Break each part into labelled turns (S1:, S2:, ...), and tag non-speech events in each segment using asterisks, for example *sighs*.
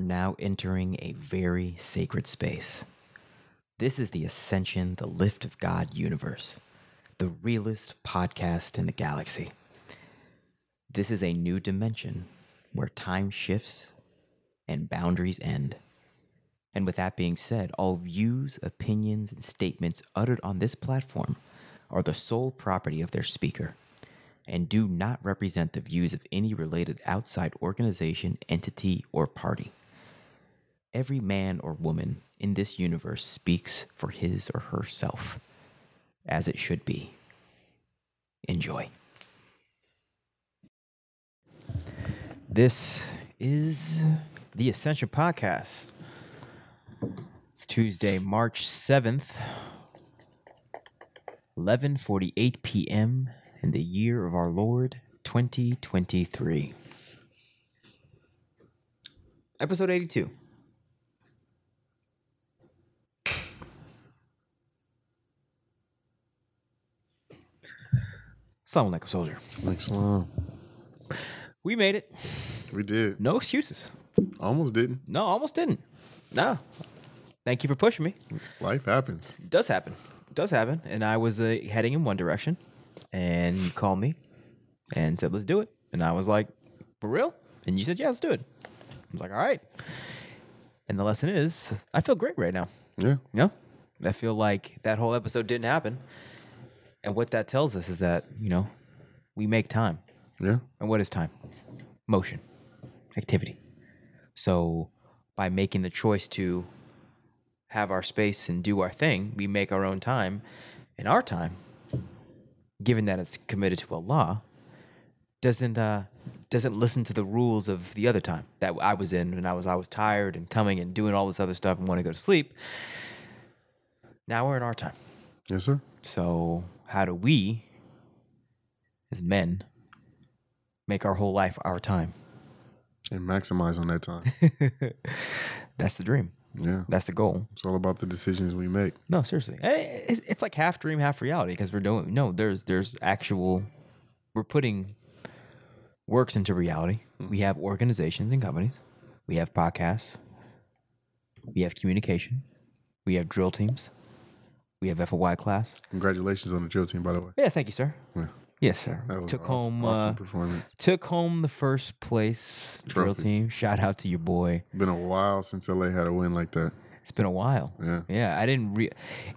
S1: now entering a very sacred space. This is the Ascension, the Lift of God universe, the realest podcast in the galaxy. This is a new dimension where time shifts and boundaries end. And with that being said, all views, opinions, and statements uttered on this platform are the sole property of their speaker and do not represent the views of any related outside organization, entity, or party. Every man or woman in this universe speaks for his or herself, as it should be. Enjoy. This is the Ascension Podcast. It's Tuesday, March 7th, 11:48 p.m. in the year of our Lord 2023. Episode 82. Salam alaikum, soldier.
S2: Thanks a lot.
S1: We made it.
S2: We did.
S1: No excuses.
S2: Almost didn't.
S1: No, almost didn't. No. Thank you for pushing me.
S2: Life happens.
S1: does happen. Does happen. And I was uh, heading in one direction, and you called me and said, "Let's do it." And I was like, "For real?" And you said, "Yeah, let's do it." I was like, "All right." And the lesson is, I feel great right now.
S2: Yeah.
S1: No, I feel like that whole episode didn't happen. And what that tells us is that you know, we make time.
S2: Yeah.
S1: And what is time? Motion, activity. So by making the choice to have our space and do our thing, we make our own time. And our time, given that it's committed to Allah, doesn't uh, doesn't listen to the rules of the other time that I was in, and I was I was tired and coming and doing all this other stuff and want to go to sleep. Now we're in our time.
S2: Yes, sir.
S1: So, how do we, as men, make our whole life our time?
S2: And maximize on
S1: *laughs*
S2: that time.
S1: That's the dream.
S2: Yeah.
S1: That's the goal.
S2: It's all about the decisions we make.
S1: No, seriously, Eh, it's, it's like half dream, half reality because we're doing. No, there's there's actual. We're putting works into reality. We have organizations and companies. We have podcasts. We have communication. We have drill teams. We have FOY class.
S2: Congratulations on the drill team, by the way.
S1: Yeah, thank you, sir.
S2: Yeah.
S1: Yes, sir.
S2: That was
S1: Took
S2: an awesome,
S1: home
S2: awesome
S1: uh,
S2: performance.
S1: took home the first place drill
S2: Trophy.
S1: team. Shout out to your boy.
S2: Been a while since LA had a win like that.
S1: It's been a while.
S2: Yeah.
S1: I didn't re.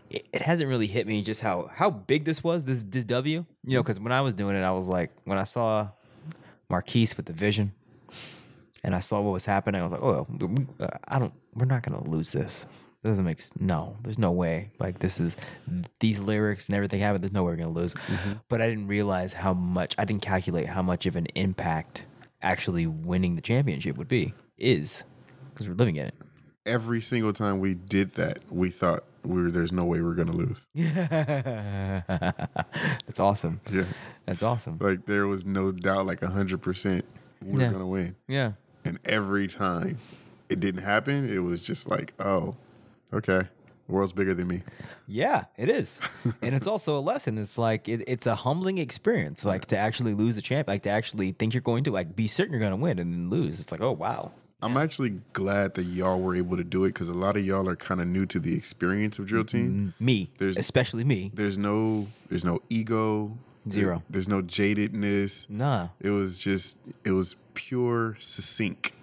S1: It, it hasn't really hit me just how how big this was. This this W. You know, because when I was doing it, I was like, when I saw Marquise with the vision, and I saw what was happening, I was like, oh, we- we- uh, I don't. We're not gonna lose this. This doesn't make s- no. There's no way. Like this is these lyrics and everything happened. There's no way we're gonna lose. But I didn't realize how much. I didn't calculate how much of an impact actually winning the championship would be is because we're living in it.
S2: Every single time we did that, we thought we were, there's no way we're going
S1: *laughs*
S2: to lose.
S1: That's awesome.
S2: Yeah.
S1: That's awesome.
S2: Like there was no doubt, like 100% we were
S1: Yeah.
S2: going to win.
S1: Yeah.
S2: And every time it didn't happen, it was just like, oh, okay. World's bigger than me.
S1: Yeah, it is. and it's also a lesson. It's like it, it's a humbling experience, like to actually lose a champ, like to actually think you're going to like be certain you're gonna win and then lose. It's like, oh wow.
S2: I'm actually glad that y'all were able to do it because a lot of y'all are kind of new to the experience of drill team.
S1: Me.
S2: There's-
S1: especially me.
S2: There's no, there's no ego,
S1: Zero.
S2: There- there's no jadedness.
S1: Nah.
S2: It was just, it was pure succinct.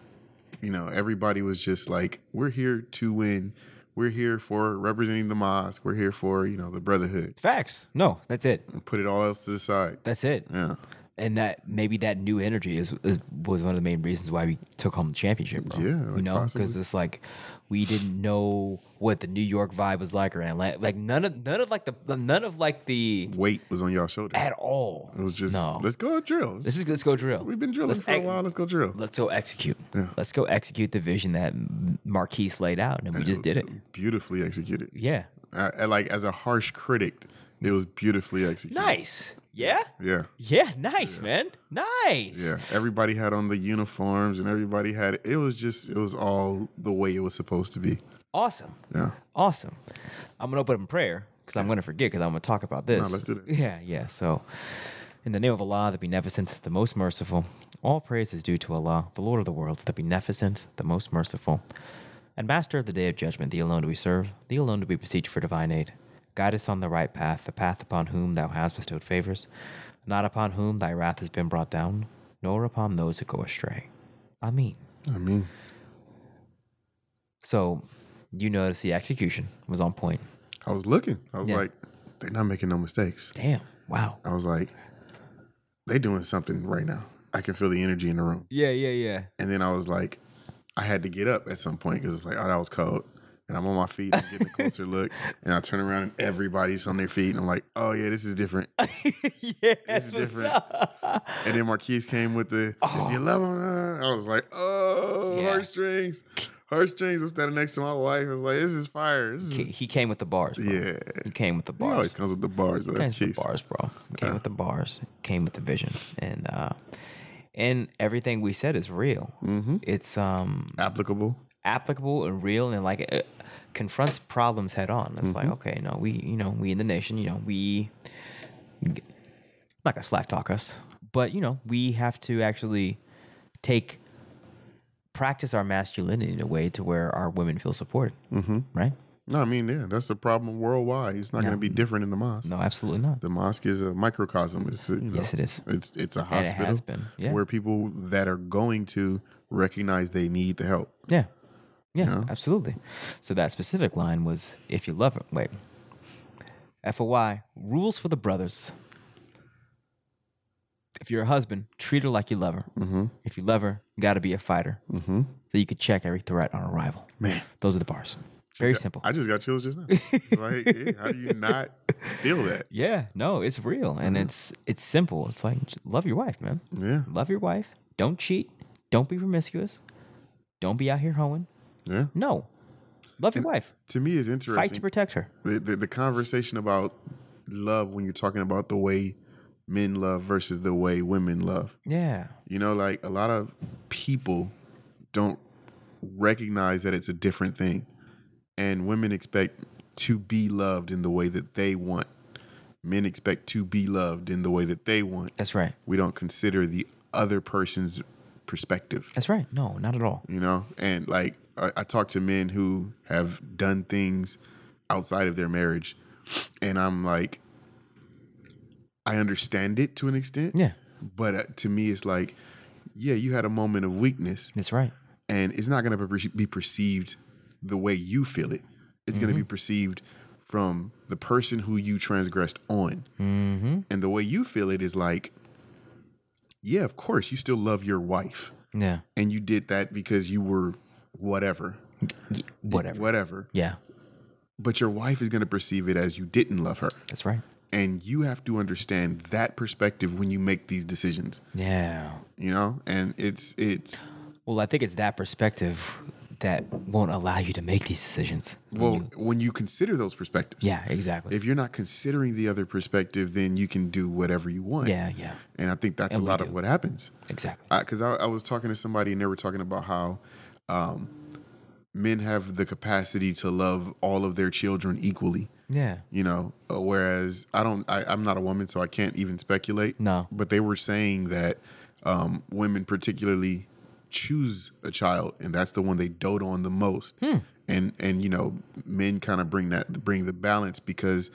S2: You know, everybody was just like, we're here to win. We're here for representing the mosque. We're here for you know the brotherhood.
S1: Facts. No, that's it.
S2: Put it all else to the side.
S1: That's it.
S2: Yeah,
S1: And that maybe that new energy is, is was one of the main reasons why we took home the championship, bro.
S2: Yeah,
S1: you
S2: like,
S1: know, because
S2: possibly.
S1: it's like we didn't know what the New York vibe was like or Atlanta, like none of none of like the none of like the
S2: weight was on y'all shoulder.
S1: at all.
S2: It was just,
S1: no.
S2: let's go drill.
S1: This is let's go drill.
S2: We've been drilling
S1: Let's
S2: for a
S1: ex-
S2: while. Let's go drill.
S1: Let's go execute.
S2: Yeah.
S1: Let's go execute the vision that Marquise laid out, and we just did it.
S2: Beautifully executed.
S1: Yeah,
S2: I, I like as a harsh critic, it was beautifully executed.
S1: nice. Yeah,
S2: Yeah.
S1: yeah, nice, man. Nice.
S2: Yeah. Everybody had on the uniforms and everybody had it was just it was all the way it was supposed to be.
S1: Awesome.
S2: Yeah.
S1: Awesome. I'm gonna open up in prayer because I'm gonna forget because I'm gonna talk about this.
S2: let's do that.
S1: Yeah, yeah. So, in the name of Allah, the Beneficent, the Most Merciful, All praise is due to Allah, the Lord of the worlds, the beneficent, the most merciful, and master of the day of judgment, the alone do we serve, the alone do we beseech for divine aid. Guide us on the right path, the path upon whom thou hast bestowed favors, not upon whom thy wrath has been brought down, nor upon those who go astray. Ameen.
S2: I mean,
S1: So you notice the execution was on point.
S2: I was looking. I was
S1: Yeah.
S2: like, they're not making no mistakes.
S1: Damn. Wow.
S2: I was like, they doing something right now. I can feel the energy in the room.
S1: Yeah, yeah,
S2: *laughs*
S1: yeah.
S2: And then I was like, I had to get up at some point because it's like, oh, that was cold. And I'm on my feet, I'm
S1: *laughs*
S2: getting a closer look, and I turn around and everybody's on their feet, and I'm like, oh yeah, this is different.
S1: yeah,
S2: This is different. And then Marquise came with the if you love him, uh," I was like, oh,
S1: Oh. Yeah.
S2: heartstrings, heartstrings. I'm standing next to my wife. I was like, this is fire. This
S1: He,
S2: is,
S1: he came with the bars. Bro.
S2: yeah.
S1: He came with the
S2: He always Uh-huh.
S1: bars.
S2: comes with the bars. Though. That's
S1: Came with
S2: cheese.
S1: the bars, bro. Came with the bars. Came with the vision, and uh, and everything we said is real. Mm-hmm. It's um
S2: Applicable.
S1: applicable and real, and like it confronts problems head on. It's like okay, no, we you know we in the nation, you know we I'm not gonna slack talk us, but you know we have to actually take practice our masculinity in a way to where our women feel supported, mm-hmm. right?
S2: No, I mean, yeah, that's the problem worldwide. It's not going to be different in the mosque.
S1: No, absolutely not.
S2: The mosque is a microcosm. It's uh, you know,
S1: Yes, it is.
S2: It's it's a
S1: And it
S2: hospital
S1: has been, yeah.
S2: where people that are going to recognize they need the help.
S1: Yeah. Yeah, absolutely. So that specific line was if you love it. Wait. FOY, rules for the brothers. If you're a husband, treat her like you love her. Mm-hmm. If you love her, you got to be a fighter. Mm-hmm. So you could check every threat on arrival.
S2: Man.
S1: Those are the bars. Very simple.
S2: I just got
S1: *laughs*
S2: chills just now. like, yeah, how do you not feel that?
S1: yeah, no, it's real and it's it's simple. It's like j- love your wife, man.
S2: Yeah,
S1: Love your wife. Don't cheat. Don't be promiscuous. Don't be out here hoeing.
S2: yeah.
S1: No. Love your wife.
S2: To me, it's
S1: Fight to
S2: interesting
S1: protect her.
S2: the, the the conversation about love when you're talking about the way men love versus the way women love.
S1: Yeah.
S2: You know, like a lot of people don't recognize that it's a different thing. And women expect to be loved in the way that they want. Men expect to be loved in the way that they want.
S1: That's right.
S2: We don't consider the other person's perspective,
S1: That's right. No, not at all.
S2: you know? And like, I, I talk to men who have done things outside of their marriage, and I'm like, I understand it to an extent.
S1: Yeah,
S2: But uh, to me, it's like, yeah, you had a moment of weakness,
S1: that's right.
S2: and it's not going to be perceived the way you feel it. It's going to be perceived from the person who you transgressed on. And the way you feel it is like, yeah, of course, you still love your wife,
S1: Yeah.
S2: and you did that because you were whatever,
S1: Y- Whatever.
S2: whatever.
S1: Yeah,
S2: But your wife is going to perceive it as you didn't love her.
S1: that's right.
S2: And you have to understand that perspective when you make these decisions,
S1: Yeah.
S2: you know? And it's, it's,
S1: Well, I think it's that perspective that won't allow you to make these decisions.
S2: Well, when you consider those perspectives.
S1: Yeah, exactly.
S2: If you're not considering the other perspective, then you can do whatever you want.
S1: yeah, yeah,
S2: And I think that's a lot of what happens.
S1: exactly.
S2: Because I, I was talking to somebody and they were talking about how um, men have the capacity to love all of their children equally.
S1: yeah.
S2: You know, uh, whereas I don't, I, I'm not a woman, so I can't even speculate.
S1: No.
S2: But they were saying that um, women particularly choose a child, and that's the one they dote on the most.
S1: Hmm.
S2: And and you know, men kind of bring that bring the balance because,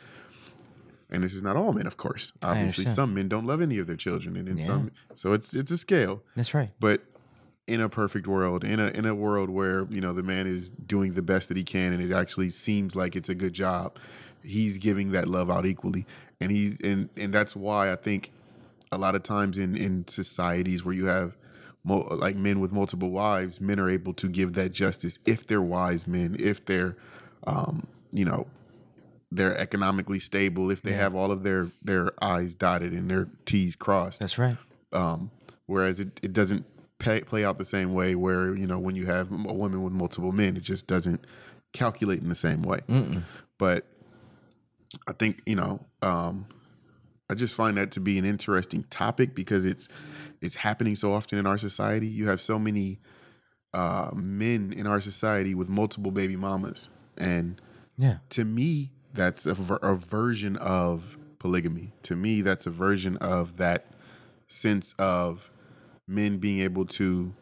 S2: and this is not all men, of course. Obviously,
S1: understand.
S2: some men don't love any of their children, and then some. So it's it's a scale.
S1: That's right.
S2: But in a perfect world, in a in a world where you know the man is doing the best that he can, and it actually seems like it's a good job, he's giving that love out equally, and he's and and that's why I think a lot of times in in societies where you have mo- like men with multiple wives, men are able to give that justice if they're wise men, if they're um, you know they're economically stable, if they have all of their their I's dotted and their T's crossed
S1: That's right.
S2: um, whereas it, it doesn't pay, play out the same way where you know when you have a woman with multiple men it just doesn't calculate in the same way but i think you know um, i just find that to be an interesting topic because it's it's happening so often in our society you have so many uh, men in our society with multiple baby mamas and
S1: Yeah.
S2: to me that's a, ver- a version of polygamy to me that's a version of that sense of men being able to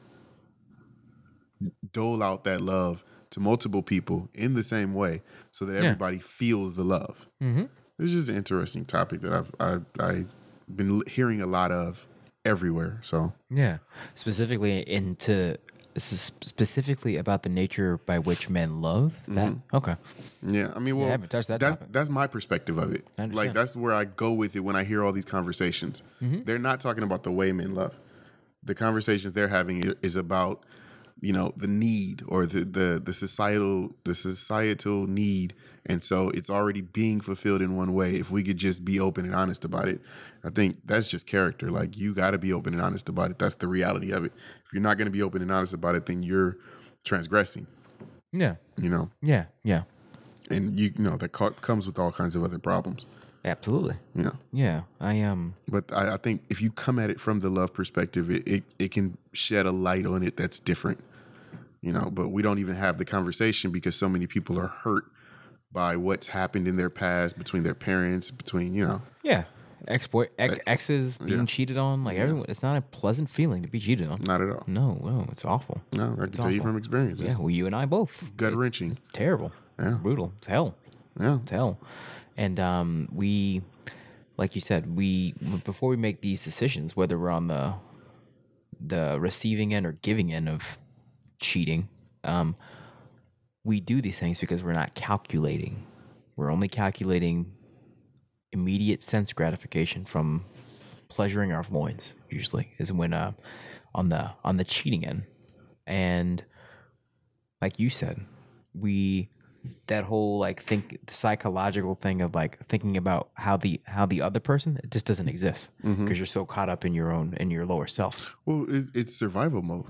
S2: dole out that love to multiple people in the same way so that everybody feels the love.
S1: Mhm.
S2: This is an interesting topic that I've I, I've been l- hearing a lot of everywhere. So
S1: Yeah.
S3: specifically into this is specifically about the nature by which men love that okay
S2: yeah, I mean, well,
S1: haven't touched that
S2: that's
S1: topic.
S2: that's my perspective of it.
S3: understand.
S2: Like that's where I go with it when I hear all these conversations.
S1: Mm-hmm.
S2: They're not talking about the way men love. The conversations they're having i- is about you know the need or the the the societal the societal need and so it's already being fulfilled in one way if we could just be open and honest about it i think that's just character like you got to be open and honest about it that's the reality of it if you're not going to be open and honest about it then you're transgressing
S1: Yeah.
S2: you know
S1: Yeah. Yeah.
S2: and you, you know that co- comes with all kinds of other problems
S3: absolutely
S2: you know
S1: Yeah. I um
S2: but I, I think if you come at it from the love perspective it, it, it can shed a light on it that's different you know but we don't even have the conversation because so many people are hurt by what's happened in their past between their parents between you know
S1: yeah.
S3: ex boy ex- exes being cheated on like everyone it's not a pleasant feeling to be cheated on
S2: not at all
S3: no no it's awful
S2: no i can tell you
S3: awful.
S2: from experience
S3: yeah
S2: it's
S3: well you and i both
S2: gut wrenching
S3: It's terrible. Brutal. It's hell.
S2: Yeah.
S3: It's hell. And um, we, like you said, we before we make these decisions, whether we're on the the receiving end or giving end of cheating, um, we do these things because we're not calculating. We're only calculating immediate sense gratification from pleasuring our loins. Usually, is when uh, on the on the cheating end, and like you said, we that whole like think psychological thing of like thinking about how the how the other person it just doesn't exist because
S2: Mm-hmm.
S3: you're so caught up in your own in your lower self.
S2: well it, it's survival mode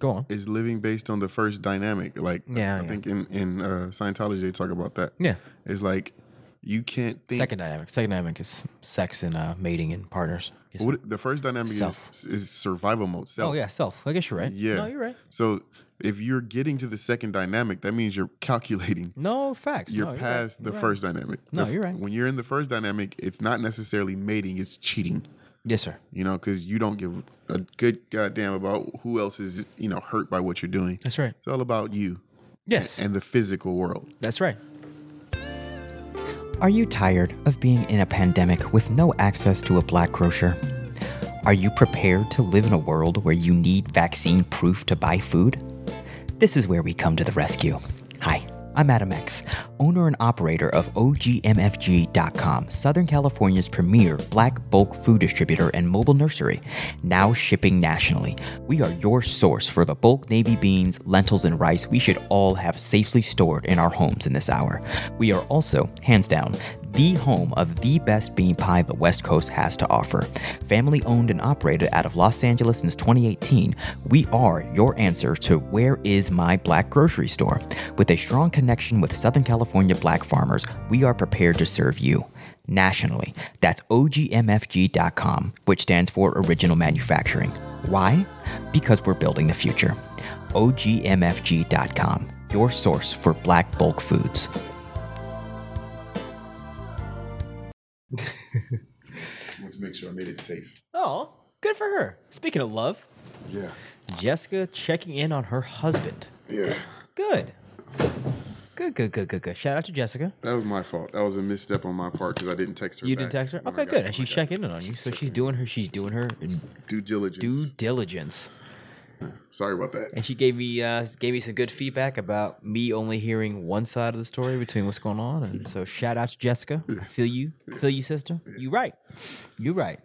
S3: Go on.
S2: it's living based on the first dynamic like
S3: Yeah,
S2: i
S3: yeah.
S2: think in, in uh, scientology they talk about that
S3: Yeah.
S2: it's like you can't think
S3: Second dynamic. Second dynamic is sex and uh, mating and partners. Yes.
S2: What, the first dynamic is, is survival mode. Self.
S3: Oh yeah, self. I guess you're right.
S2: Yeah.
S3: No, you're right.
S2: So if you're getting to the second dynamic, that means you're calculating.
S3: No facts.
S2: You're
S3: *laughs* no, right.
S2: past the first dynamic.
S3: No,
S2: The f-
S3: you're right.
S2: When you're in the first dynamic, it's not necessarily mating; it's cheating.
S3: Yes, sir.
S2: You know, because you don't give a good goddamn about who else is you know hurt by what you're doing.
S3: That's right.
S2: It's all about you
S3: Yes.
S2: and the physical world.
S3: That's right. Are you tired of being in a pandemic with no access to a black grocer? Are you prepared to live in a world where you need vaccine proof to buy food? This is where we come to the rescue. Hi, I'm Adam X, owner and operator of OGMFG.com, Southern California's premier black bulk food distributor and mobile nursery, now shipping nationally. We are your source for the bulk navy beans, lentils, and rice we should all have safely stored in our homes in this hour. We are also, hands down, the home of the best bean pie the West Coast has to offer. Family owned and operated out of Los Angeles since 2018, we are your answer to where is my black grocery store. With a strong connection with Southern California black farmers, we are prepared to serve you. Nationally, that's OGMFG.com, which stands for Original Manufacturing. Why? Because we're building the future. OGMFG.com, your source for black bulk foods.
S2: Let's make sure I made it safe.
S3: Oh, good for her. Speaking of love,
S2: Yeah.
S3: Jessica checking in on her husband.
S2: Yeah.
S3: Good. Good, good, good, good, good. Shout out to Jessica.
S2: That was my fault. That was a misstep on my part because I didn't text her.
S3: You
S2: back Oh
S3: didn't text her?
S2: when I
S3: Okay,
S2: got-
S3: good.
S2: when
S3: And
S2: I
S3: she's
S2: got
S3: checking in on you. So she's doing her she's doing her
S2: due diligence.
S3: due diligence.
S2: Sorry about that.
S3: And she gave me uh gave me some good feedback about me only hearing one side of the story between what's going on. And so shout out to Jessica. I feel you. I feel you, sister. You right. You right.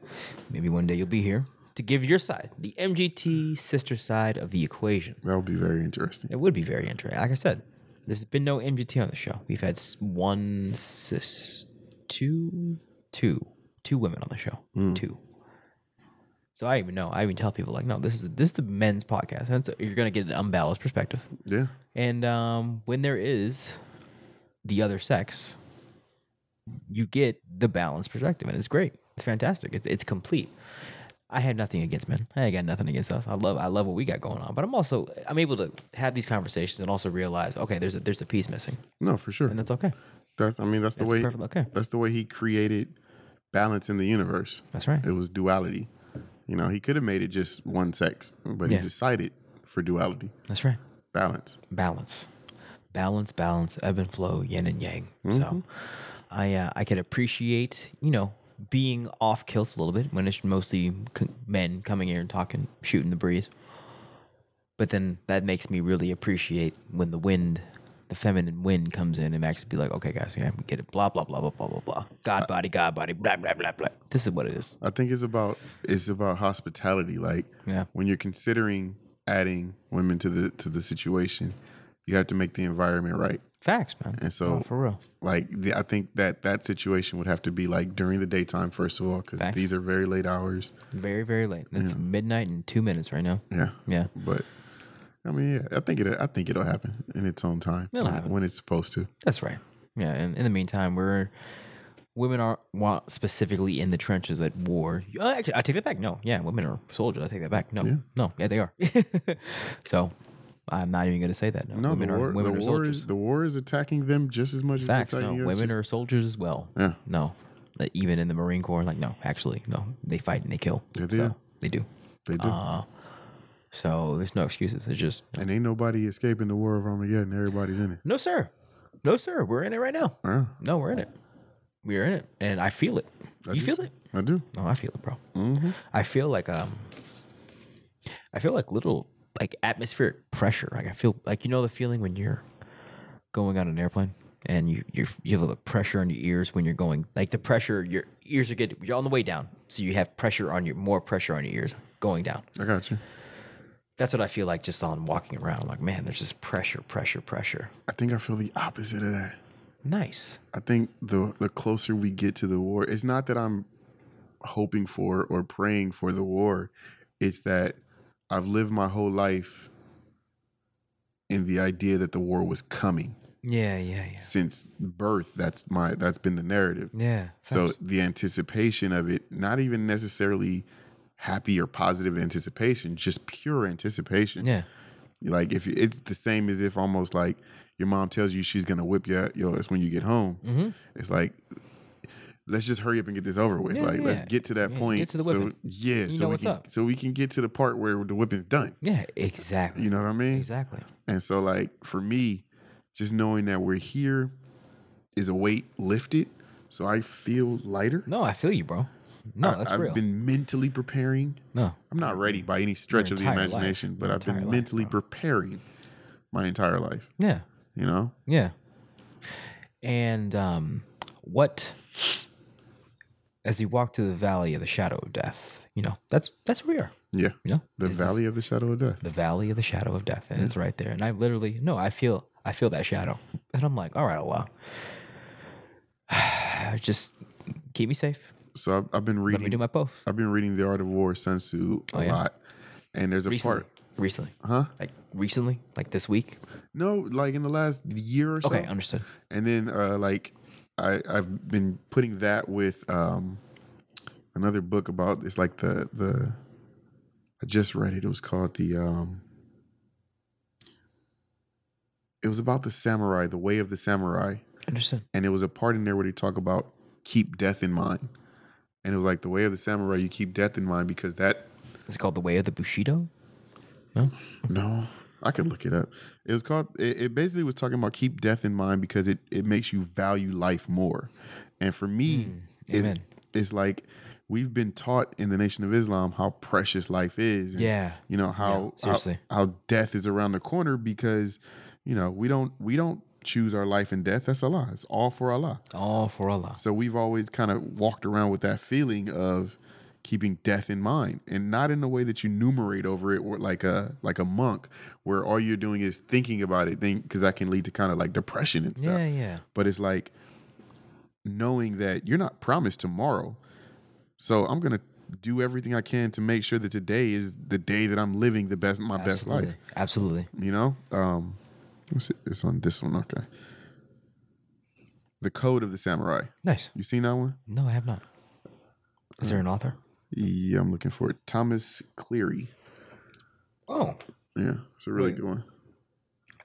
S3: Maybe one day you'll be here to give your side, the MGT sister side of the equation.
S2: That would be very interesting.
S3: It would be very interesting. Like I said, there's been no MGT on the show. We've had s- one, sis, two, two, two women on the show.
S2: Mm.
S3: Two. So I even know. I even tell people like, no, this is this is the men's podcast. And so you're gonna get an unbalanced perspective.
S2: Yeah.
S3: And um, when there is the other sex, you get the balanced perspective, and it's great. It's fantastic. It's it's complete. I had nothing against men. I ain't got nothing against us. I love I love what we got going on. But I'm also I'm able to have these conversations and also realize okay, there's a there's a piece missing,
S2: No, for sure.
S3: and that's okay.
S2: That's I mean that's the
S3: That's
S2: way
S3: perfect. Okay,
S2: that's the way he created balance in the universe.
S3: that's right.
S2: It was duality. You know, he could have made it just one sex, but
S3: Yeah.
S2: he decided for duality,
S3: That's right.
S2: balance.
S3: balance, balance, balance, ebb and flow, yin and yang. So, I uh, I could appreciate you know being off kilt a little bit when it's mostly c- men coming here and talking, shooting the breeze. But then that makes me really appreciate when the wind, the feminine wind, comes in and actually be like, okay, guys, yeah, we get it. Blah blah blah blah blah blah blah. God body, God body, blah blah blah blah. This is what it is.
S2: I think it's about it's about hospitality. Like
S3: Yeah.
S2: when you're considering adding women to the to the situation, you have to make the environment right.
S3: Facts, man.
S2: And so,
S3: for real.
S2: like the, I think that that situation would have to be like during the daytime first of all, because
S3: Facts.
S2: these are very late hours.
S3: Very very late. It's midnight in two minutes right now.
S2: Yeah,
S3: Yeah.
S2: but I mean, yeah, I think it. I think it'll happen in its own time
S3: It'll
S2: when-
S3: happen.
S2: when it's supposed to.
S3: That's right. Yeah, and in the meantime, we're women are not specifically in the trenches at war. Uh, Actually, I take that back. No, yeah, women are soldiers. I take that back. No, no, yeah, they are. *laughs* so I'm not even going to say that. No,
S2: No,
S3: women
S2: the war,
S3: are women
S2: the
S3: are
S2: war
S3: soldiers.
S2: is the war is attacking them just as much
S3: Facts.
S2: as it's
S3: No,
S2: attacking us.
S3: women
S2: Just-
S3: are soldiers as well.
S2: Yeah.
S3: No, Like, even in the Marine Corps, like no, actually, no, they fight and they kill.
S2: Yeah, they
S3: so,
S2: do.
S3: They do.
S2: they do.
S3: uh, So there's no excuses. It's just
S2: and ain't nobody escaping the war of Armageddon. Everybody's in it.
S3: no, sir, no, sir. We're in it right now.
S2: Yeah,
S3: No, we're in it. We're in it, and I feel it. you
S2: do
S3: feel
S2: so.
S3: it?
S2: I do.
S3: No, I feel it, bro. I feel like um, I feel like little like atmospheric pressure. Like I feel like you know the feeling when you're going on an airplane and you you're, you have a pressure on your ears when you're going. Like the pressure, your ears are getting you're on the way down, so you have pressure on your more pressure on your ears going down.
S2: I got you.
S3: That's what I feel like just on walking around. Like man, there's just pressure, pressure, pressure.
S2: I think I feel the opposite of that.
S3: Nice.
S2: I think the the closer we get to the war, it's not that I'm hoping for or praying for the war. It's that I've lived my whole life in the idea that the war was coming
S3: Yeah, yeah, yeah.
S2: since birth. That's my that's been the narrative.
S3: Yeah.
S2: So the anticipation of it, not even necessarily happy or positive anticipation, just pure anticipation.
S3: yeah.
S2: Like if you- it's the same as if almost like your mom tells you she's gonna whip you, yo, it's when you get home.
S3: Mm-hmm.
S2: It's like let's just hurry up and get this over with.
S3: Yeah,
S2: like let's
S3: yeah.
S2: get to that
S3: Yeah,
S2: point.
S3: get to the
S2: so
S3: whipping.
S2: yeah,
S3: You
S2: so
S3: know
S2: we
S3: what's
S2: can
S3: up.
S2: so we can get to the part where the whipping's done.
S3: Yeah. Exactly.
S2: You know what I mean?
S3: Exactly.
S2: And so like for me, just knowing that we're here is a weight lifted. So I feel lighter.
S3: No, I feel you, bro. No, that's
S2: I've
S3: real.
S2: been mentally preparing.
S3: no.
S2: I'm not ready by any stretch
S3: Your
S2: of the
S3: entire life.
S2: imagination, but
S3: Your
S2: I've been
S3: entire life,
S2: mentally preparing my entire life.
S3: Yeah.
S2: You know,
S3: Yeah. And um, what as he walked through the valley of the shadow of death, you know, that's that's where we are.
S2: yeah.
S3: You know?
S2: The
S3: It's
S2: valley of the shadow of death.
S3: just the valley of the shadow of death. And it's right there. And I literally no, I feel I feel that shadow. And I'm like, all right, Allah. *sighs* Just keep me safe.
S2: So I've, I've been
S3: Let me
S2: reading.
S3: do my post.
S2: I've been reading The Art of War, Sun Tzu, a
S3: yeah?
S2: lot. And there's a
S3: Recently.
S2: part.
S3: Recently.
S2: Huh?
S3: Like recently? Like this week?
S2: No, like in the last year or so.
S3: Okay, understood.
S2: and then uh, like I, I've been putting that with um, another book about it's like the the I just read it. It was called the um, it was about the samurai, the way of the samurai,
S3: Understood.
S2: and it was a part in there where they talk about keep death in mind, and it was like the way of the samurai. You keep death in mind because that
S3: It's called the way of the Bushido. No?
S2: No, I could look it up. It was called. It, it basically was talking about keep death in mind because it it makes you value life more. And for me, it's,
S3: Hmm, amen.
S2: it's like we've been taught in the Nation of Islam how precious life is. and,
S3: Yeah.
S2: you know how, how-
S3: seriously.
S2: how death is around the corner because you know we don't we don't choose our life and death. That's Allah. It's all for Allah.
S3: All for Allah.
S2: So we've always kind of walked around with that feeling of keeping death in mind and not in the way that you numerate over it or like a like a monk where all you're doing is thinking about it think because that can lead to kind of like depression and stuff
S3: Yeah, yeah.
S2: but it's like knowing that you're not promised tomorrow so i'm gonna do everything i can to make sure that today is the day that i'm living the best my best life
S3: Absolutely. Absolutely.
S2: you know um what's it it's on this one okay the code of the samurai
S3: Nice.
S2: you seen that one
S3: No, I have not.
S2: Hmm.
S3: Is there an author?
S2: Yeah, I'm looking for it. Thomas Cleary.
S3: Oh,
S2: Yeah, it's a really
S3: Wait.
S2: good one.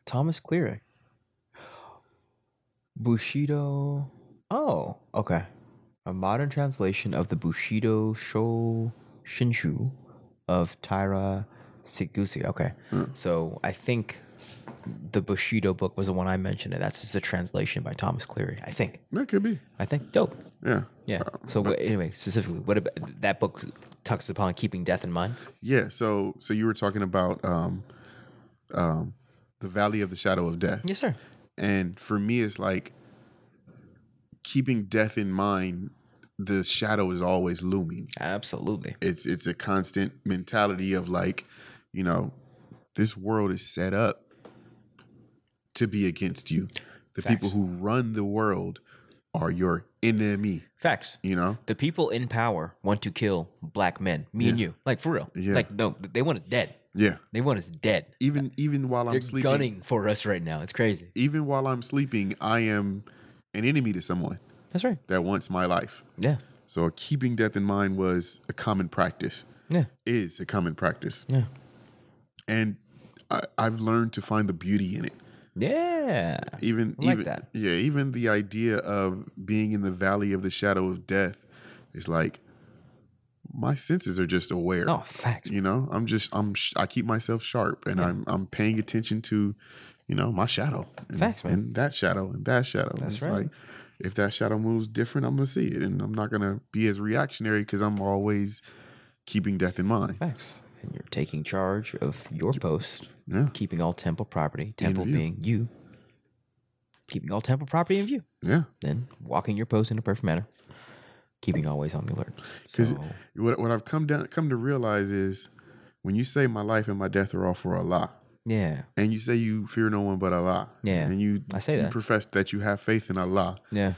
S3: Thomas Cleary. Bushido. Oh, okay. A modern translation of the Bushido Sho Shinshu of Taira Sigusi. Okay. So I think the Bushido book was the one I mentioned, and that's just a translation by Thomas Cleary. I think.
S2: That could be.
S3: I think. Dope.
S2: Yeah.
S3: Yeah. So wh- anyway, specifically, what about that book tucks upon keeping death in mind?
S2: Yeah. So so you were talking about um um the valley of the shadow of death.
S3: Yes, sir.
S2: And for me it's like keeping death in mind, the shadow is always looming.
S3: Absolutely.
S2: It's it's a constant mentality of like, you know, this world is set up to be against you. The people who run the world are your enemy,
S3: Facts.
S2: you know?
S3: The people in power want to kill black men, me and you. Like for real.
S2: Yeah.
S3: Like no, they want us dead.
S2: Yeah.
S3: They want us dead.
S2: Even even while
S3: They're
S2: I'm sleeping,
S3: gunning for us right now. It's crazy.
S2: even while I'm sleeping, I am an enemy to someone
S3: That's right.
S2: that wants my life.
S3: Yeah.
S2: So keeping death in mind was a common practice,
S3: Yeah.
S2: is a common practice.
S3: Yeah.
S2: And I, I've learned to find the beauty in it.
S3: Yeah.
S2: Even
S3: I like
S2: even
S3: that.
S2: yeah, even the idea of being in the valley of the shadow of death is like my senses are just aware.
S3: No, Oh, facts.
S2: You know, I'm just I'm sh- I keep myself sharp and I'm I'm paying attention to, you know, my shadow and,
S3: Facts, man.
S2: and that shadow and that shadow.
S3: That's
S2: it's
S3: right.
S2: like if that shadow moves different, I'm gonna see it and I'm not gonna be as reactionary because I'm always keeping death in mind.
S3: Facts. And you're taking charge of your post,
S2: Yeah,
S3: keeping all temple property, temple
S2: view.
S3: being you, keeping all temple property in view,
S2: yeah.
S3: then walking your post in a perfect manner, keeping always on the alert.
S2: 'Cause-
S3: So,
S2: What what I've come down come to realize is when you say my life and my death are all for Allah,
S3: yeah,
S2: and you say you fear no one but Allah,
S3: Yeah,
S2: and you
S3: I say
S2: you
S3: that.
S2: profess that you have faith in Allah,
S3: yeah,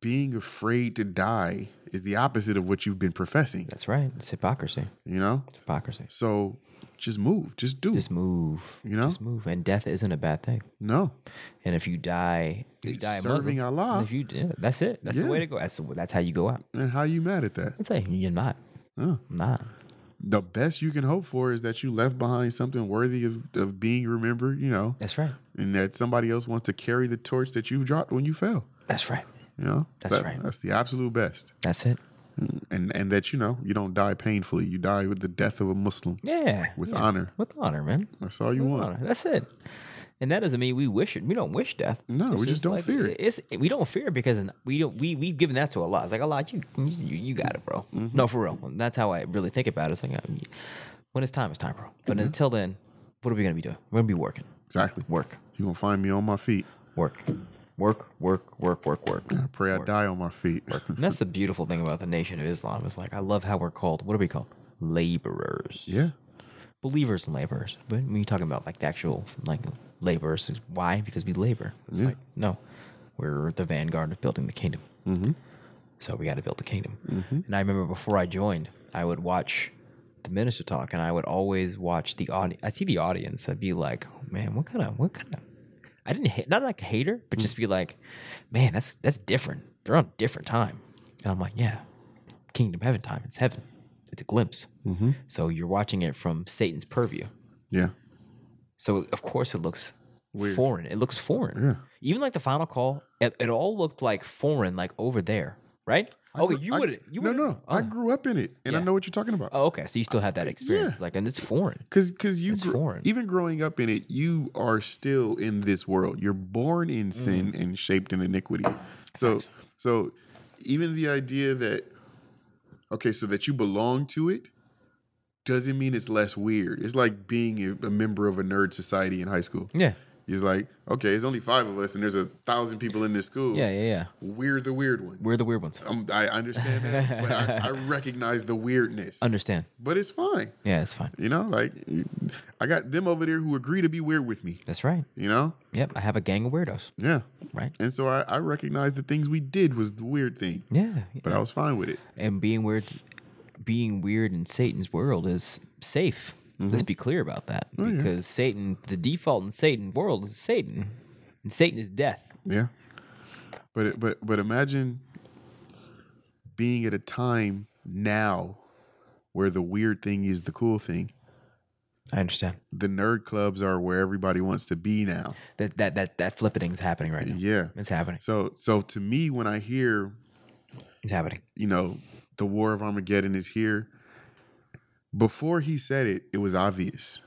S2: being afraid to die is the opposite of what you've been professing.
S3: that's right. It's hypocrisy.
S2: You know?
S3: It's hypocrisy.
S2: So just move. Just do.
S3: Just move.
S2: You know?
S3: Just move. And death isn't a bad thing.
S2: no.
S3: And if you die, if you
S2: It's
S3: die a
S2: serving
S3: Muslim,
S2: Allah.
S3: If you, yeah, that's it. That's the way
S2: Yeah.
S3: to go. That's the- that's how you go out.
S2: And how you mad at that?
S3: It's like you're not,
S2: Huh.
S3: I'm not.
S2: The best you can hope for is that you left behind something worthy of, of being remembered, you know,
S3: That's right.
S2: and that somebody else wants to carry the torch that you dropped when you fell.
S3: That's right.
S2: You know?
S3: That's
S2: That-
S3: right.
S2: That's the absolute best.
S3: That's it.
S2: And and that, you know, you don't die painfully. You die with the death of a Muslim.
S3: Yeah.
S2: With
S3: yeah.
S2: honor.
S3: With honor, man.
S2: That's all you
S3: With
S2: want.
S3: honor. That's it. And that doesn't mean we wish it. We don't wish death.
S2: No, we just don't fear it.
S3: It's we don't fear it because we don't we we've given that to Allah. It's like Allah, you you, you got it, bro.
S2: Mm-hmm.
S3: No, for real. And that's how I really think about it. It's like I mean, when it's time, it's time, bro. But
S2: Mm-hmm.
S3: until then, what are we gonna be doing? We're gonna be working,
S2: Exactly.
S3: work,
S2: You're going to find me on my feet.
S3: work, work, work, work, work,
S2: *laughs*
S3: work.
S2: I pray I die on my feet.
S3: And that's the beautiful thing about the Nation of Islam. Is like I love how we're called. What are we called? Laborers.
S2: *laughs* yeah.
S3: believers and laborers. But when you're talking about like the actual like laborers, it's why? Because we labor. It's
S2: Yeah.
S3: like no, we're the vanguard of building the kingdom.
S2: Mm-hmm.
S3: So we got to build the kingdom. And I remember before I joined, I would watch the minister talk, and I would always watch the audience. I see the audience. I'd be like, man, what kind of what kind of? I didn't hate, not like a hater, but just be like, man, that's that's different. They're on a different time. And I'm like, yeah, kingdom heaven time. It's heaven. It's a glimpse. So you're watching it from Satan's purview.
S2: Yeah.
S3: So of course it looks foreign. It looks foreign.
S2: Yeah.
S3: Even like the final call, it, it all looked like foreign, like over there, right?
S2: I
S3: okay,
S2: grew-
S3: you
S2: I-
S3: would you
S2: no
S3: would
S2: no. I grew up in it, and I
S3: Oh. Yeah.
S2: know what you're talking about.
S3: Oh, okay. So you still have that experience,
S2: yeah.
S3: like, and it's foreign.
S2: Because because you
S3: It's
S2: grew-
S3: foreign.
S2: even growing up in it, you are still in this world. You're born in
S3: Mm-hmm.
S2: sin and shaped in iniquity. So so even the idea that okay, so that you belong to it doesn't mean it's less weird. It's like being a, a member of a nerd society in high school.
S3: Yeah,
S2: It's like okay, there's only five of us, and there's a thousand people in this school.
S3: yeah, yeah, yeah.
S2: We're the weird ones.
S3: We're the weird ones.
S2: Um, I understand that, but I,
S3: *laughs*
S2: I recognize the weirdness.
S3: Understand?
S2: but it's fine.
S3: Yeah, it's fine.
S2: You know, like I got them over there who agree to be weird with me.
S3: That's right.
S2: You know,
S3: Yep, I have a gang of weirdos,
S2: yeah.
S3: right?
S2: And so I, I recognized the things we did was the weird thing,
S3: Yeah,
S2: but I was fine with it.
S3: and being weird, being weird in Satan's world is safe. Let's be clear about that,
S2: Mm-hmm. Oh, yeah.
S3: because Satan, the default in Satan world is Satan, and Satan is death.
S2: Yeah. But it- but but imagine being at a time now where the weird thing is the cool thing.
S3: I understand.
S2: The nerd clubs are where everybody wants to be now.
S3: That that that that flippening is happening right now.
S2: Yeah.
S3: It's happening.
S2: So so to me, when I hear
S3: It's happening.
S2: you know the war of Armageddon is here. Before he said it, it was obvious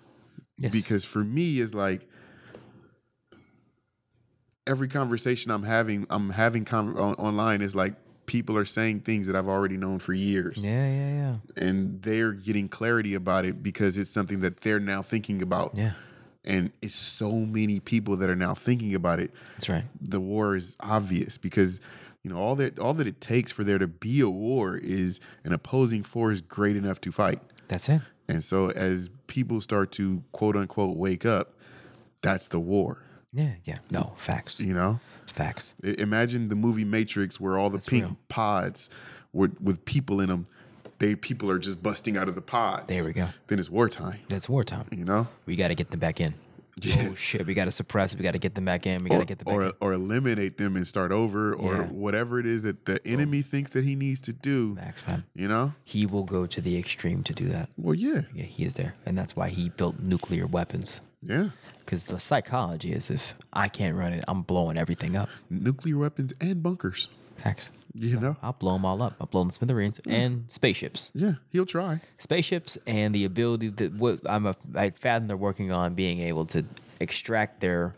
S1: Yes.
S2: because for me it's like every conversation I'm having, I'm having con- on- online is like people are saying things that I've already known for years,
S1: yeah, yeah, yeah,
S2: and they're getting clarity about it because it's something that they're now thinking about,
S1: yeah.
S2: and it's so many people that are now thinking about it.
S1: That's right.
S2: The war is obvious because. You know all that all that it takes for there to be a war is an opposing force great enough to fight.
S1: That's it.
S2: And so as people start to quote unquote wake up, that's the war.
S1: Yeah, yeah.
S3: No, facts.
S2: You know,
S3: Facts.
S2: I- imagine the movie Matrix where all the pink pods with with people in them, they people are just busting out of the pods.
S3: There we go.
S2: Then it's wartime.
S3: That's wartime.
S2: You know,
S3: We got to get them back in. Oh shit, we got to suppress. We got to get them back in. We got to get them back
S2: or
S3: in.
S2: or eliminate them and start over, or
S3: Yeah.
S2: whatever it is that the enemy thinks that he needs to do.
S3: Max, man.
S2: You know,
S3: He will go to the extreme to do that.
S2: well, yeah,
S3: Yeah, he is there, and that's why he built nuclear weapons.
S2: yeah.
S3: Because the psychology is, if I can't run it, I'm blowing everything up.
S2: Nuclear weapons and bunkers.
S3: Facts.
S2: You know,
S3: I'll blow them all up. I'll blow them smithereens
S2: Hmm.
S3: and spaceships.
S2: yeah, he'll try.
S3: spaceships and the ability that what I'm a I fathom they're working on being able to extract their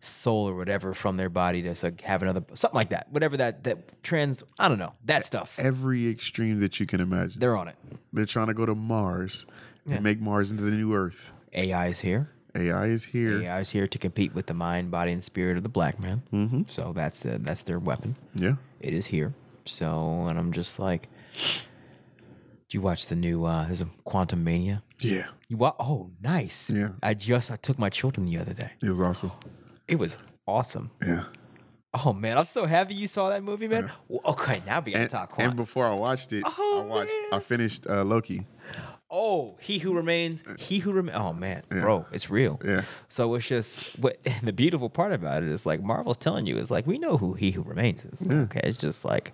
S3: soul or whatever from their body to so have another something like that. Whatever that that trans I don't know that stuff.
S2: Every extreme that you can imagine.
S3: They're on it.
S2: They're trying to go to Mars
S3: Yeah.
S2: and make Mars into the new Earth.
S3: AI is here.
S2: AI is here.
S3: AI is here to compete with the mind, body, and spirit of the black man. Mm-hmm. So that's the, that's their weapon.
S2: Yeah.
S3: It is here. So and I'm just like, do you watch the new? uh There's a Quantum Mania.
S2: Yeah.
S3: You wa- Oh, nice.
S2: Yeah.
S3: I just I took my children the other day.
S2: It was awesome.
S3: It was awesome.
S2: Yeah.
S3: Oh man, I'm so happy you saw that movie, man. Well, okay, now we gotta
S2: And,
S3: talk.
S2: and
S3: Quan.
S2: before I watched it,
S3: Oh,
S2: I watched
S3: man.
S2: I finished uh, Loki.
S3: oh, he who remains, he who remains. Oh man, bro, it's real.
S2: Yeah.
S3: So it's just what *laughs* and the beautiful part about it is like Marvel's telling you is like we know who he who remains is. Okay, it's just like